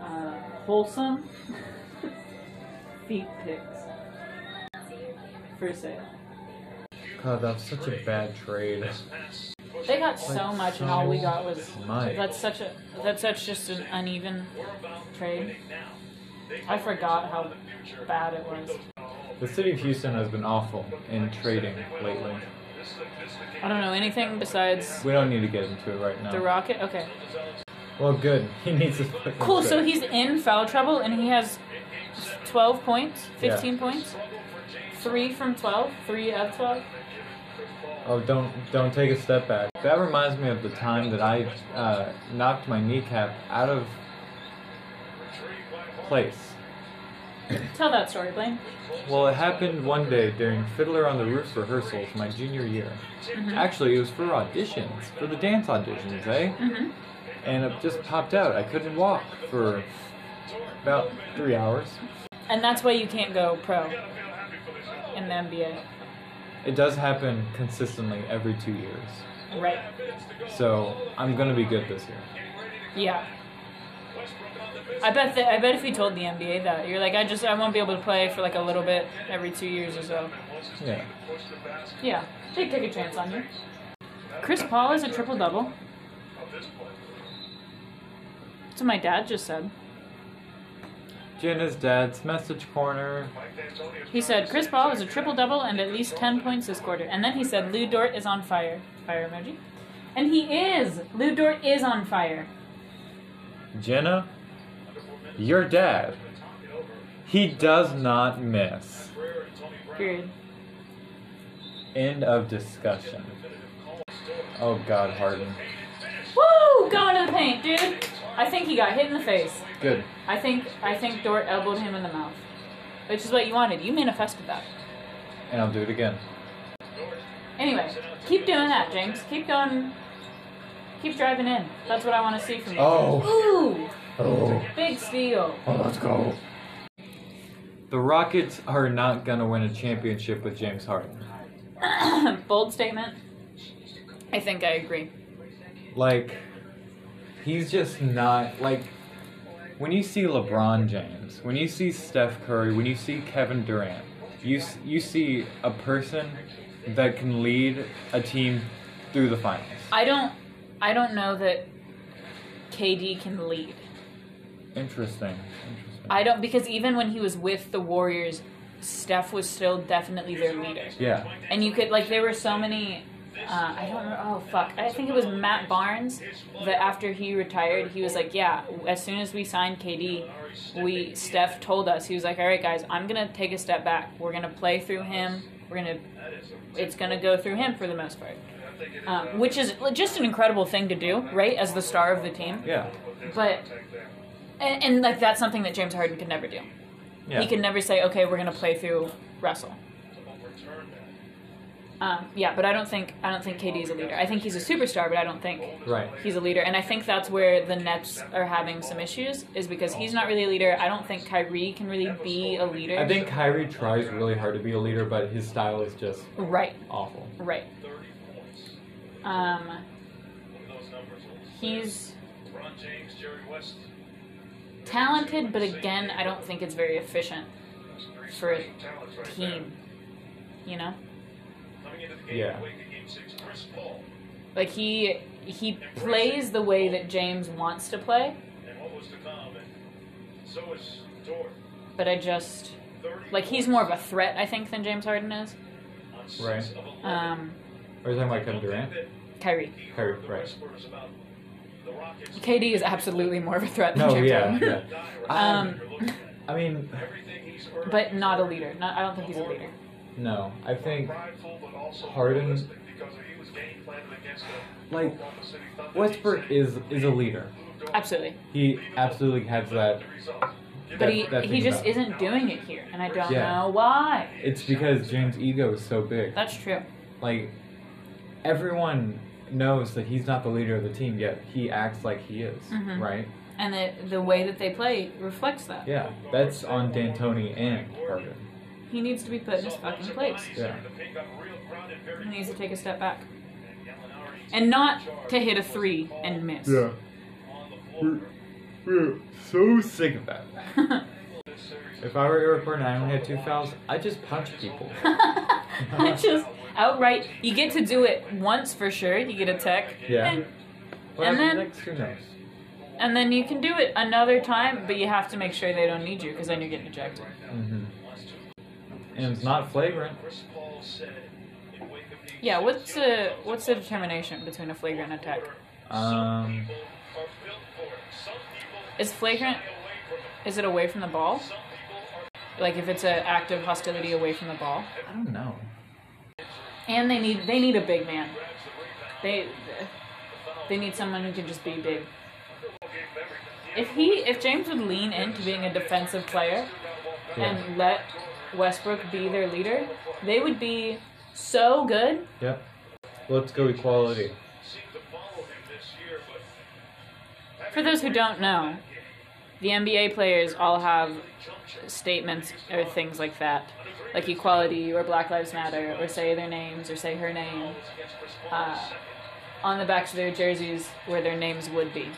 [SPEAKER 2] uh, wholesome feet pics for sale.
[SPEAKER 1] God, that's such a bad trade.
[SPEAKER 2] They got so
[SPEAKER 1] Like,
[SPEAKER 2] much, and all we got was
[SPEAKER 1] so much.
[SPEAKER 2] that's such a that's such just an uneven trade. I forgot how bad it was.
[SPEAKER 1] The city of Houston has been awful in trading lately.
[SPEAKER 2] I don't know anything besides
[SPEAKER 1] We don't need to get into it right now.
[SPEAKER 2] the Rocket. Okay,
[SPEAKER 1] Well, good. He needs to. fucking
[SPEAKER 2] cool. So
[SPEAKER 1] trade.
[SPEAKER 2] he's in foul trouble, and he has twelve points, fifteen points, three from 12, three of twelve.
[SPEAKER 1] Oh, don't don't take a step back. That reminds me of the time that I uh, knocked my kneecap out of place
[SPEAKER 2] Tell that story, Blaine.
[SPEAKER 1] Well, it happened one day during Fiddler on the Roof rehearsals my junior year. Actually, it was for auditions, for the dance auditions, eh?
[SPEAKER 2] Mhm.
[SPEAKER 1] And it just popped out. I couldn't walk for about three hours.
[SPEAKER 2] And that's why you can't go pro in the NBA.
[SPEAKER 1] It does happen consistently every two years.
[SPEAKER 2] Right.
[SPEAKER 1] So I'm going to be good this year.
[SPEAKER 2] Yeah. I bet that I bet if you told the NBA that you're like I just I won't be able to play for like a little bit every two years or so.
[SPEAKER 1] Yeah.
[SPEAKER 2] Yeah, they take a chance on you. Chris Paul is a triple double. That's what my dad just said.
[SPEAKER 1] Jenna's dad's message corner.
[SPEAKER 2] He said Chris Paul is a triple double and at least ten points this quarter. And then he said Lou Dort is on fire. Fire emoji. And he is. Lou Dort is on fire.
[SPEAKER 1] Jenna, your dad. He does not miss.
[SPEAKER 2] Period.
[SPEAKER 1] End of discussion. Oh God, Harden.
[SPEAKER 2] Woo! Going to the paint, dude. I think he got hit in the face.
[SPEAKER 1] Good.
[SPEAKER 2] I think I think Dort elbowed him in the mouth, which is what you wanted. You manifested that.
[SPEAKER 1] And I'll do it again.
[SPEAKER 2] Anyway, keep doing that, James. Keep going. Keep driving in. That's what I want to see from you.
[SPEAKER 1] Oh.
[SPEAKER 2] Ooh,
[SPEAKER 1] Oh.
[SPEAKER 2] big steal.
[SPEAKER 1] Oh, let's go. The Rockets are not gonna win a championship with James Harden.
[SPEAKER 2] Bold statement. I think I agree.
[SPEAKER 1] Like, he's just not like. When you see LeBron James, when you see Steph Curry, when you see Kevin Durant, you s- you see a person that can lead a team through the finals.
[SPEAKER 2] I don't. I don't know that KD can lead.
[SPEAKER 1] Interesting. Interesting.
[SPEAKER 2] I don't because even when he was with the Warriors, Steph was still definitely their leader.
[SPEAKER 1] Yeah.
[SPEAKER 2] And you could like there were so many. Uh, I don't remember. Oh fuck! I think it was Matt Barnes that after he retired, he was like, "Yeah, as soon as we signed KD, we Steph told us he was like, all right, guys, I'm gonna take a step back. We're gonna play through him. We're gonna, it's gonna go through him for the most part." Um, which is just an incredible thing to do, right? As the star of the team,
[SPEAKER 1] Yeah.
[SPEAKER 2] but and, and like that's something that James Harden could never do.
[SPEAKER 1] Yeah.
[SPEAKER 2] He could never say, "Okay, we're gonna play through Russell." Um, yeah, but I don't think I don't think KD is a leader. I think he's a superstar, but I don't think
[SPEAKER 1] Right.
[SPEAKER 2] he's a leader. And I think that's where the Nets are having some issues, is because he's not really a leader. I don't think Kyrie can really be a leader.
[SPEAKER 1] I think Kyrie tries really hard to be a leader, but his style is just
[SPEAKER 2] right,
[SPEAKER 1] awful.
[SPEAKER 2] right. Um, he's talented, but again, I don't think it's very efficient for a team. You know,
[SPEAKER 1] Yeah.
[SPEAKER 2] like he he plays the way that James wants to play, but I just like he's more of a threat, I think, than James Harden is.
[SPEAKER 1] Right.
[SPEAKER 2] Um,
[SPEAKER 1] Or is that my Kevin Durant?
[SPEAKER 2] Kyrie.
[SPEAKER 1] Kyrie, right.
[SPEAKER 2] KD is absolutely more of a threat than
[SPEAKER 1] No,
[SPEAKER 2] James
[SPEAKER 1] yeah,
[SPEAKER 2] Harden.
[SPEAKER 1] yeah. Um,
[SPEAKER 2] Um,
[SPEAKER 1] I mean,
[SPEAKER 2] but not a leader. Not, I don't think he's a leader.
[SPEAKER 1] no. I think Harden, like Westbrook, is is a leader.
[SPEAKER 2] Absolutely.
[SPEAKER 1] He absolutely has that.
[SPEAKER 2] But he,
[SPEAKER 1] that
[SPEAKER 2] he
[SPEAKER 1] thing
[SPEAKER 2] just
[SPEAKER 1] about-
[SPEAKER 2] isn't doing it here, and I don't
[SPEAKER 1] Yeah.
[SPEAKER 2] know why.
[SPEAKER 1] It's because James' ego is so big.
[SPEAKER 2] That's true.
[SPEAKER 1] Like everyone knows that he's not the leader of the team yet. He acts like he is,
[SPEAKER 2] Mhm.
[SPEAKER 1] right?
[SPEAKER 2] And the, the way that they play reflects that.
[SPEAKER 1] Yeah, that's on D'Antoni and Harden.
[SPEAKER 2] He needs to be put in his fucking place.
[SPEAKER 1] Yeah.
[SPEAKER 2] He needs to take a step back. And not to hit a three and miss.
[SPEAKER 1] We're, we're so sick of that. If I were Eric Gordon and I only had two fouls, I'd just punch people.
[SPEAKER 2] I just outright, you get to do it once for sure. You get a tech.
[SPEAKER 1] Yeah.
[SPEAKER 2] And,
[SPEAKER 1] What
[SPEAKER 2] And
[SPEAKER 1] happens
[SPEAKER 2] then-
[SPEAKER 1] next, who knows?
[SPEAKER 2] and then you can do it another time, but you have to make sure they don't need you because then you're getting ejected.
[SPEAKER 1] hmm And it's not flagrant.
[SPEAKER 2] Yeah, what's the what's the determination between a flagrant and a tech?
[SPEAKER 1] Um,
[SPEAKER 2] Is flagrant is it away from the ball? Like if it's an act of hostility away from the ball?
[SPEAKER 1] I don't know.
[SPEAKER 2] And they need they need a big man. They they need someone who can just be big. If he if James would lean into being a defensive player, and let Westbrook be their leader, they would be so good.
[SPEAKER 4] Yep. Let's go equality.
[SPEAKER 2] For those who don't know, the NBA players all have statements or things like that, like equality or Black Lives Matter or say their names or say her name uh, on the backs of their jerseys where their names would be.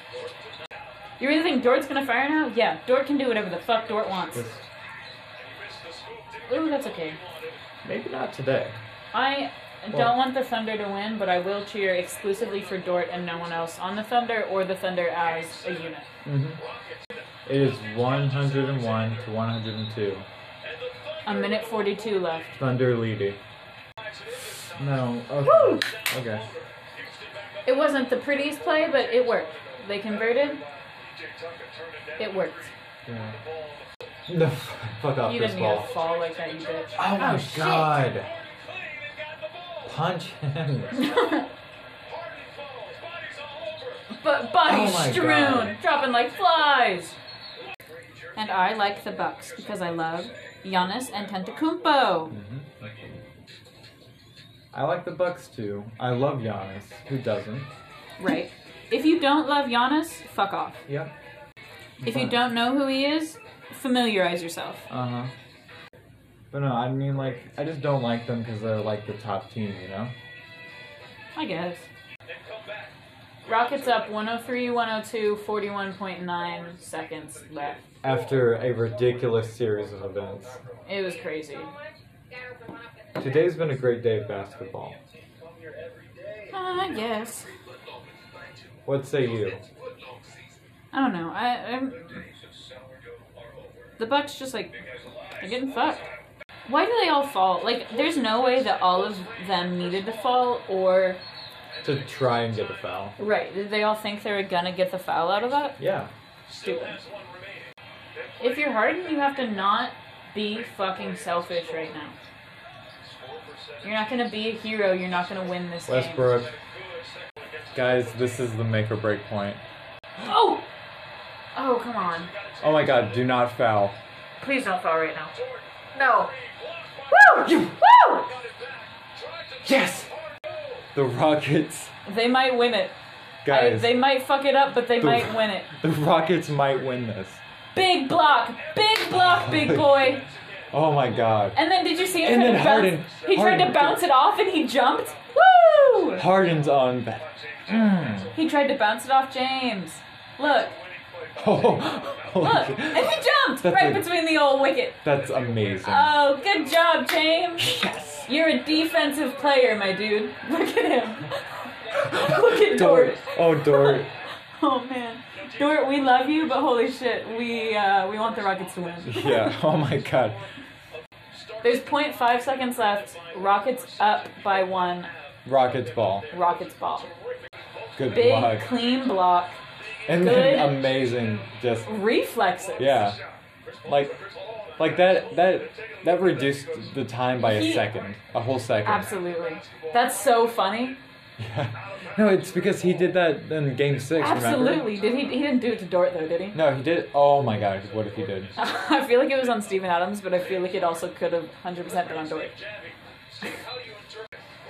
[SPEAKER 2] You really think Dort's gonna fire now? Yeah, Dort can do whatever the fuck Dort wants.
[SPEAKER 4] Yes.
[SPEAKER 2] Ooh, that's okay.
[SPEAKER 4] Maybe not today.
[SPEAKER 2] I don't
[SPEAKER 4] Well-
[SPEAKER 2] want the Thunder to win, but I will cheer exclusively for Dort and no one else on the Thunder or the Thunder as a unit.
[SPEAKER 4] It is 101 to 102.
[SPEAKER 2] A minute 42 left.
[SPEAKER 4] Thunder leading. No.
[SPEAKER 2] Woo!
[SPEAKER 4] Okay. Okay.
[SPEAKER 2] It wasn't the prettiest play, but it worked. They converted. It worked.
[SPEAKER 4] Yeah. No. Fuck off
[SPEAKER 2] You
[SPEAKER 4] this
[SPEAKER 2] didn't
[SPEAKER 4] ball.
[SPEAKER 2] even fall like that, you bitch.
[SPEAKER 4] Oh my
[SPEAKER 2] shit.
[SPEAKER 4] god. Punch him.
[SPEAKER 2] But body
[SPEAKER 4] Oh my
[SPEAKER 2] strewn,
[SPEAKER 4] God.
[SPEAKER 2] dropping like flies. And I like the Bucks because I love Giannis and Tentacumpo.
[SPEAKER 4] Hmm. I like the Bucks too. I love Giannis. Who doesn't?
[SPEAKER 2] Right. If you don't love Giannis, fuck off.
[SPEAKER 4] Yep.
[SPEAKER 2] If
[SPEAKER 4] Hmm.
[SPEAKER 2] you don't know who he is, familiarize yourself.
[SPEAKER 4] Uh huh. But no, I mean like I just don't like them because they're like the top team, you know.
[SPEAKER 2] I guess. Rockets up 103, 102, 41.9 seconds left.
[SPEAKER 4] After a ridiculous series of events,
[SPEAKER 2] It was crazy.
[SPEAKER 4] today's been a great day of basketball.
[SPEAKER 2] I guess.
[SPEAKER 4] What say you?
[SPEAKER 2] I don't know. I I'm, the Bucks just like they're getting fucked. Why do they all fall? Like, there's no way that all of them needed to fall, or
[SPEAKER 4] To try and get a foul.
[SPEAKER 2] right? Did they all think they were gonna get the foul out of that?
[SPEAKER 4] Yeah.
[SPEAKER 2] Stupid. If you're Harden, you have to not be fucking selfish right now. You're not gonna be a hero. You're not gonna win this game.
[SPEAKER 4] Westbrook.
[SPEAKER 1] Guys, this is the make or break point.
[SPEAKER 2] Oh, oh, come on!
[SPEAKER 1] Oh my god, do not foul.
[SPEAKER 2] Please don't fall right now. No. Woo! Woo!
[SPEAKER 4] Yes.
[SPEAKER 1] The Rockets,
[SPEAKER 2] They might win it. I,
[SPEAKER 1] guys,
[SPEAKER 2] they might fuck it up, but they might win it.
[SPEAKER 1] the Rockets might win this.
[SPEAKER 2] Big block, big block, big boy.
[SPEAKER 1] Oh my god.
[SPEAKER 2] And then did you see him?
[SPEAKER 1] And
[SPEAKER 2] try to
[SPEAKER 1] then
[SPEAKER 2] bounce-
[SPEAKER 1] Harden-
[SPEAKER 2] He tried to
[SPEAKER 1] Harden-
[SPEAKER 2] bounce it off, and he jumped. Woo!
[SPEAKER 1] Harden's on that. Mm.
[SPEAKER 2] He tried to bounce it off James. Look,
[SPEAKER 1] Oh,
[SPEAKER 2] look,
[SPEAKER 1] holy
[SPEAKER 2] and
[SPEAKER 1] shit.
[SPEAKER 2] he jumped
[SPEAKER 1] That's
[SPEAKER 2] right
[SPEAKER 1] it.
[SPEAKER 2] between the old wicket.
[SPEAKER 1] that's amazing.
[SPEAKER 2] Oh, good job, James.
[SPEAKER 1] yes.
[SPEAKER 2] You're a defensive player, my dude. Look at him. Look at Dort.
[SPEAKER 1] Oh, Dort.
[SPEAKER 2] Oh man, Dort, we love you, but holy shit, we uh, we want the Rockets to win.
[SPEAKER 1] Yeah. Oh my god.
[SPEAKER 2] There's 0.5 seconds left. Rockets up by one.
[SPEAKER 1] Rockets ball.
[SPEAKER 2] Rockets ball.
[SPEAKER 1] Good
[SPEAKER 2] Big,
[SPEAKER 1] luck.
[SPEAKER 2] clean block.
[SPEAKER 1] and
[SPEAKER 2] good.
[SPEAKER 1] then amazing. Just
[SPEAKER 2] Reflexes.
[SPEAKER 1] yeah. Like, like that. That that reduced the time by
[SPEAKER 2] He-
[SPEAKER 1] a second. A whole second.
[SPEAKER 2] Absolutely. That's so funny.
[SPEAKER 1] No, it's because he did that in Game Six. remember?
[SPEAKER 2] Absolutely. Did he? He didn't do it to Dort though, did he?
[SPEAKER 1] No, he did. Oh my god. What if he did?
[SPEAKER 2] I feel like it was on Steven Adams, but I feel like it also could have 100% been on Dort.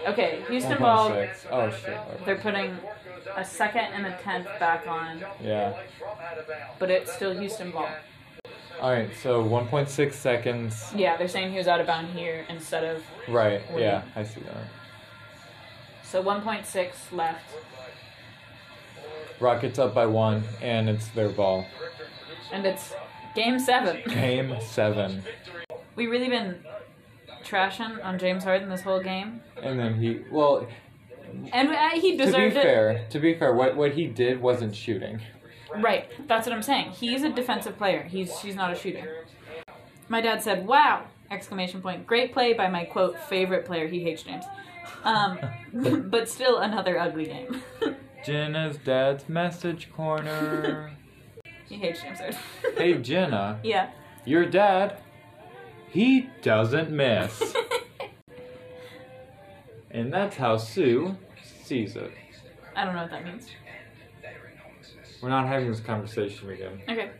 [SPEAKER 2] Okay, Houston ball.
[SPEAKER 1] 1.6. Oh shit.
[SPEAKER 2] They're putting a second and a tenth back on,
[SPEAKER 1] Yeah.
[SPEAKER 2] but it's still Houston ball.
[SPEAKER 1] All right. So 1.6 seconds.
[SPEAKER 2] Yeah, they're saying he was out of bound here instead of
[SPEAKER 1] Right. Yeah. I see that.
[SPEAKER 2] so 1.6 left.
[SPEAKER 1] Rockets up by one, and it's their ball.
[SPEAKER 2] and it's game seven.
[SPEAKER 1] Game seven,
[SPEAKER 2] We really been trashing on James Harden this whole game,
[SPEAKER 1] and then he. Well,
[SPEAKER 2] and uh, he
[SPEAKER 1] to be
[SPEAKER 2] deserved it.
[SPEAKER 1] fair, to be fair, what what he did wasn't shooting.
[SPEAKER 2] Right, that's what I'm saying. He's a defensive player. He's she's not a shooter. My dad said, "Wow!" Exclamation point. Great play by my quote favorite player. He hates James, um, but still another ugly game.
[SPEAKER 1] Jenna's dad's message corner.
[SPEAKER 2] he hates James Harden.
[SPEAKER 1] hey Jenna,
[SPEAKER 2] yeah.
[SPEAKER 1] your dad, he doesn't miss, and that's how Sue sees it.
[SPEAKER 2] I don't know what that means.
[SPEAKER 4] We're not having this conversation again.
[SPEAKER 2] Okay.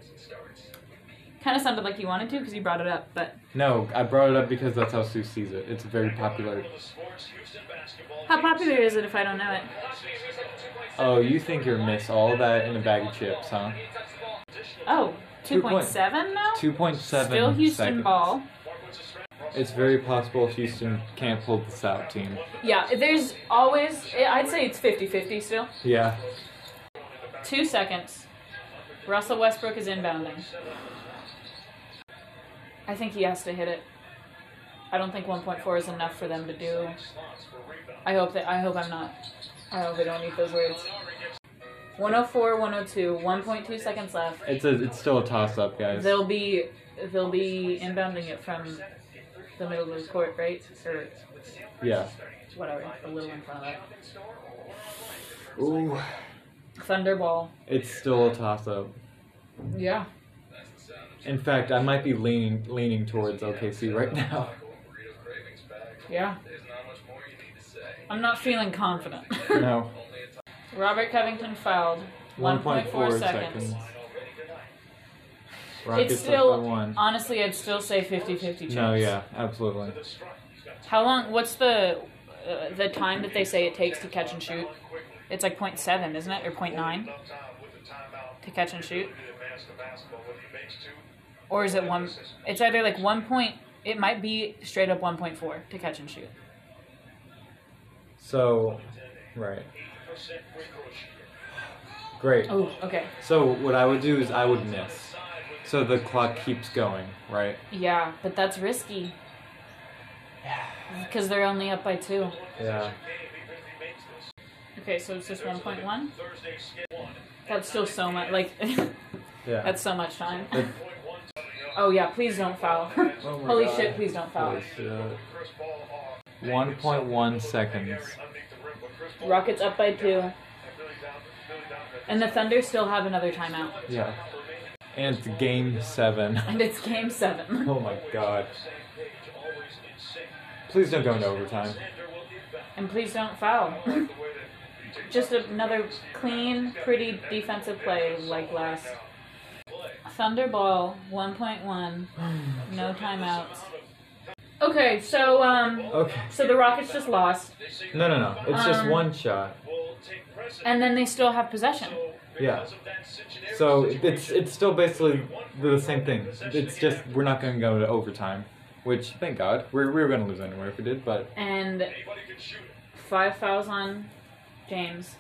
[SPEAKER 2] Kind of sounded like you wanted to because you brought it up, but
[SPEAKER 1] No, I brought it up because that's how Sue sees it. It's very popular.
[SPEAKER 2] how popular is it if I don't know it?
[SPEAKER 1] Oh, you think you're miss all that in a bag of chips, huh?
[SPEAKER 2] Oh,
[SPEAKER 1] Two point-
[SPEAKER 2] 2.7 now?
[SPEAKER 1] 2.7
[SPEAKER 2] Still Houston
[SPEAKER 1] seconds.
[SPEAKER 2] ball.
[SPEAKER 1] It's very possible Houston can't pull this out, team.
[SPEAKER 2] Yeah, there's always, I'd say it's 50 50 still.
[SPEAKER 1] Yeah.
[SPEAKER 2] Two seconds. Russell Westbrook is inbounding. I think he has to hit it. I don't think 1.4 is enough for them to do. I hope that I hope I'm not. I hope I don't eat those words. 104, 102, 1.2 seconds left.
[SPEAKER 1] It's a, it's still a toss up, guys.
[SPEAKER 2] They'll be they'll be inbounding it from the middle of the court, right? Or
[SPEAKER 1] Yeah.
[SPEAKER 2] whatever, a little in front of that.
[SPEAKER 1] Ooh.
[SPEAKER 2] Thunderball.
[SPEAKER 1] It's still a toss up.
[SPEAKER 2] Yeah.
[SPEAKER 1] In fact, I might be leaning leaning towards OKC right now.
[SPEAKER 2] Yeah. I'm not feeling confident.
[SPEAKER 1] No.
[SPEAKER 2] Robert Covington fouled. 1.4 seconds.
[SPEAKER 1] Rockets
[SPEAKER 2] it's still,
[SPEAKER 1] up by one.
[SPEAKER 2] honestly, I'd still say 50 50 chance.
[SPEAKER 1] No, yeah, absolutely.
[SPEAKER 2] How long, what's the uh, the time that they say it takes to catch and shoot? It's like 0.7, isn't it? Or 0.9 to catch and shoot? Or is it one? It's either like one point, it might be straight up 1.4 to catch and shoot.
[SPEAKER 1] So, right. Great.
[SPEAKER 2] Oh, okay.
[SPEAKER 1] So what I would do is I would miss. So the clock keeps going, right?
[SPEAKER 2] Yeah, but that's risky. Because they're only up by two.
[SPEAKER 1] Yeah.
[SPEAKER 2] Okay, so it's just 1.1? That's still so much. Like,
[SPEAKER 1] Yeah.
[SPEAKER 2] that's so much time.
[SPEAKER 1] It-
[SPEAKER 2] Oh, yeah, please don't foul.
[SPEAKER 1] oh my
[SPEAKER 2] Holy
[SPEAKER 1] God.
[SPEAKER 2] shit, please don't foul.
[SPEAKER 1] Holy shit. 1.1 seconds.
[SPEAKER 2] Rockets up by two. And the Thunder still have another timeout.
[SPEAKER 1] Yeah. And it's game seven.
[SPEAKER 2] And it's game seven.
[SPEAKER 1] Oh my god. Please don't go into overtime.
[SPEAKER 2] And please don't foul. Just another clean, pretty defensive play like last. Thunderball 1.1. No timeouts. Okay, so um
[SPEAKER 1] Okay.
[SPEAKER 2] so the Rockets just lost
[SPEAKER 1] No, no, no. It's just
[SPEAKER 2] Um,
[SPEAKER 1] one shot.
[SPEAKER 2] and then they still have possession.
[SPEAKER 1] Yeah. So it's it's still basically the same thing. It's just we're not going to go to overtime, which thank God we're we were going to lose anyway if we did. But
[SPEAKER 2] And five fouls on James.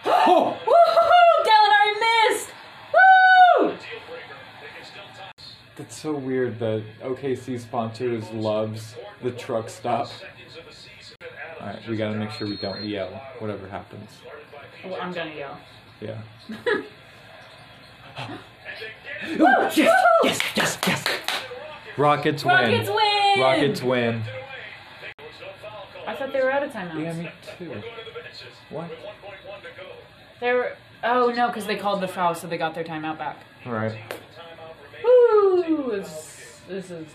[SPEAKER 1] oh,
[SPEAKER 2] Woohoo! Gallinari missed! Woo!
[SPEAKER 1] that's so weird that OKC sponsors loves the truck stop. All right, we got to make sure we don't yell whatever happens.
[SPEAKER 2] Well, Oh, I'm gonna yell.
[SPEAKER 1] Yeah. oh, yes, yes, yes, yes. Rockets win.
[SPEAKER 2] Rockets win!
[SPEAKER 1] Rockets win.
[SPEAKER 2] I thought they were out of timeouts.
[SPEAKER 1] Yeah, me too. What?
[SPEAKER 2] They were. Oh no, because they called the foul, so they got their timeout back.
[SPEAKER 1] All right.
[SPEAKER 2] Woo! This, this is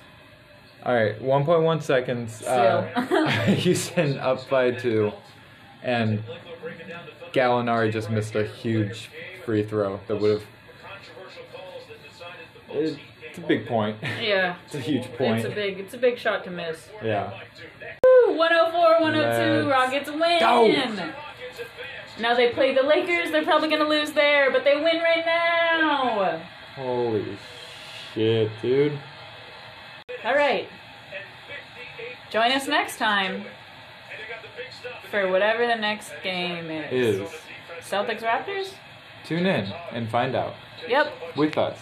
[SPEAKER 1] All right. 1.1 seconds. Uh, Houston up by two, and Gallinari just missed a huge free throw that would have. It's a big point.
[SPEAKER 2] yeah.
[SPEAKER 1] It's a huge point.
[SPEAKER 2] It's a big, it's a big shot to miss.
[SPEAKER 1] yeah.
[SPEAKER 2] Woo! 104, 102,
[SPEAKER 1] Let's
[SPEAKER 2] Rockets win.
[SPEAKER 1] go!
[SPEAKER 2] Now they play the Lakers. They're probably gonna lose there, but they win right now.
[SPEAKER 1] Holy shit, dude.
[SPEAKER 2] All right. Join us next time for whatever the next game is.
[SPEAKER 1] Is
[SPEAKER 2] Celtics Raptors?
[SPEAKER 1] tune in and find out
[SPEAKER 2] Yep.
[SPEAKER 1] with us.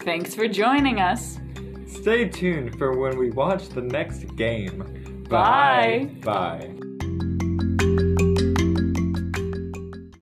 [SPEAKER 2] Thanks for joining us.
[SPEAKER 1] Stay tuned for when we watch the next game.
[SPEAKER 2] Bye.
[SPEAKER 1] Bye. Bye.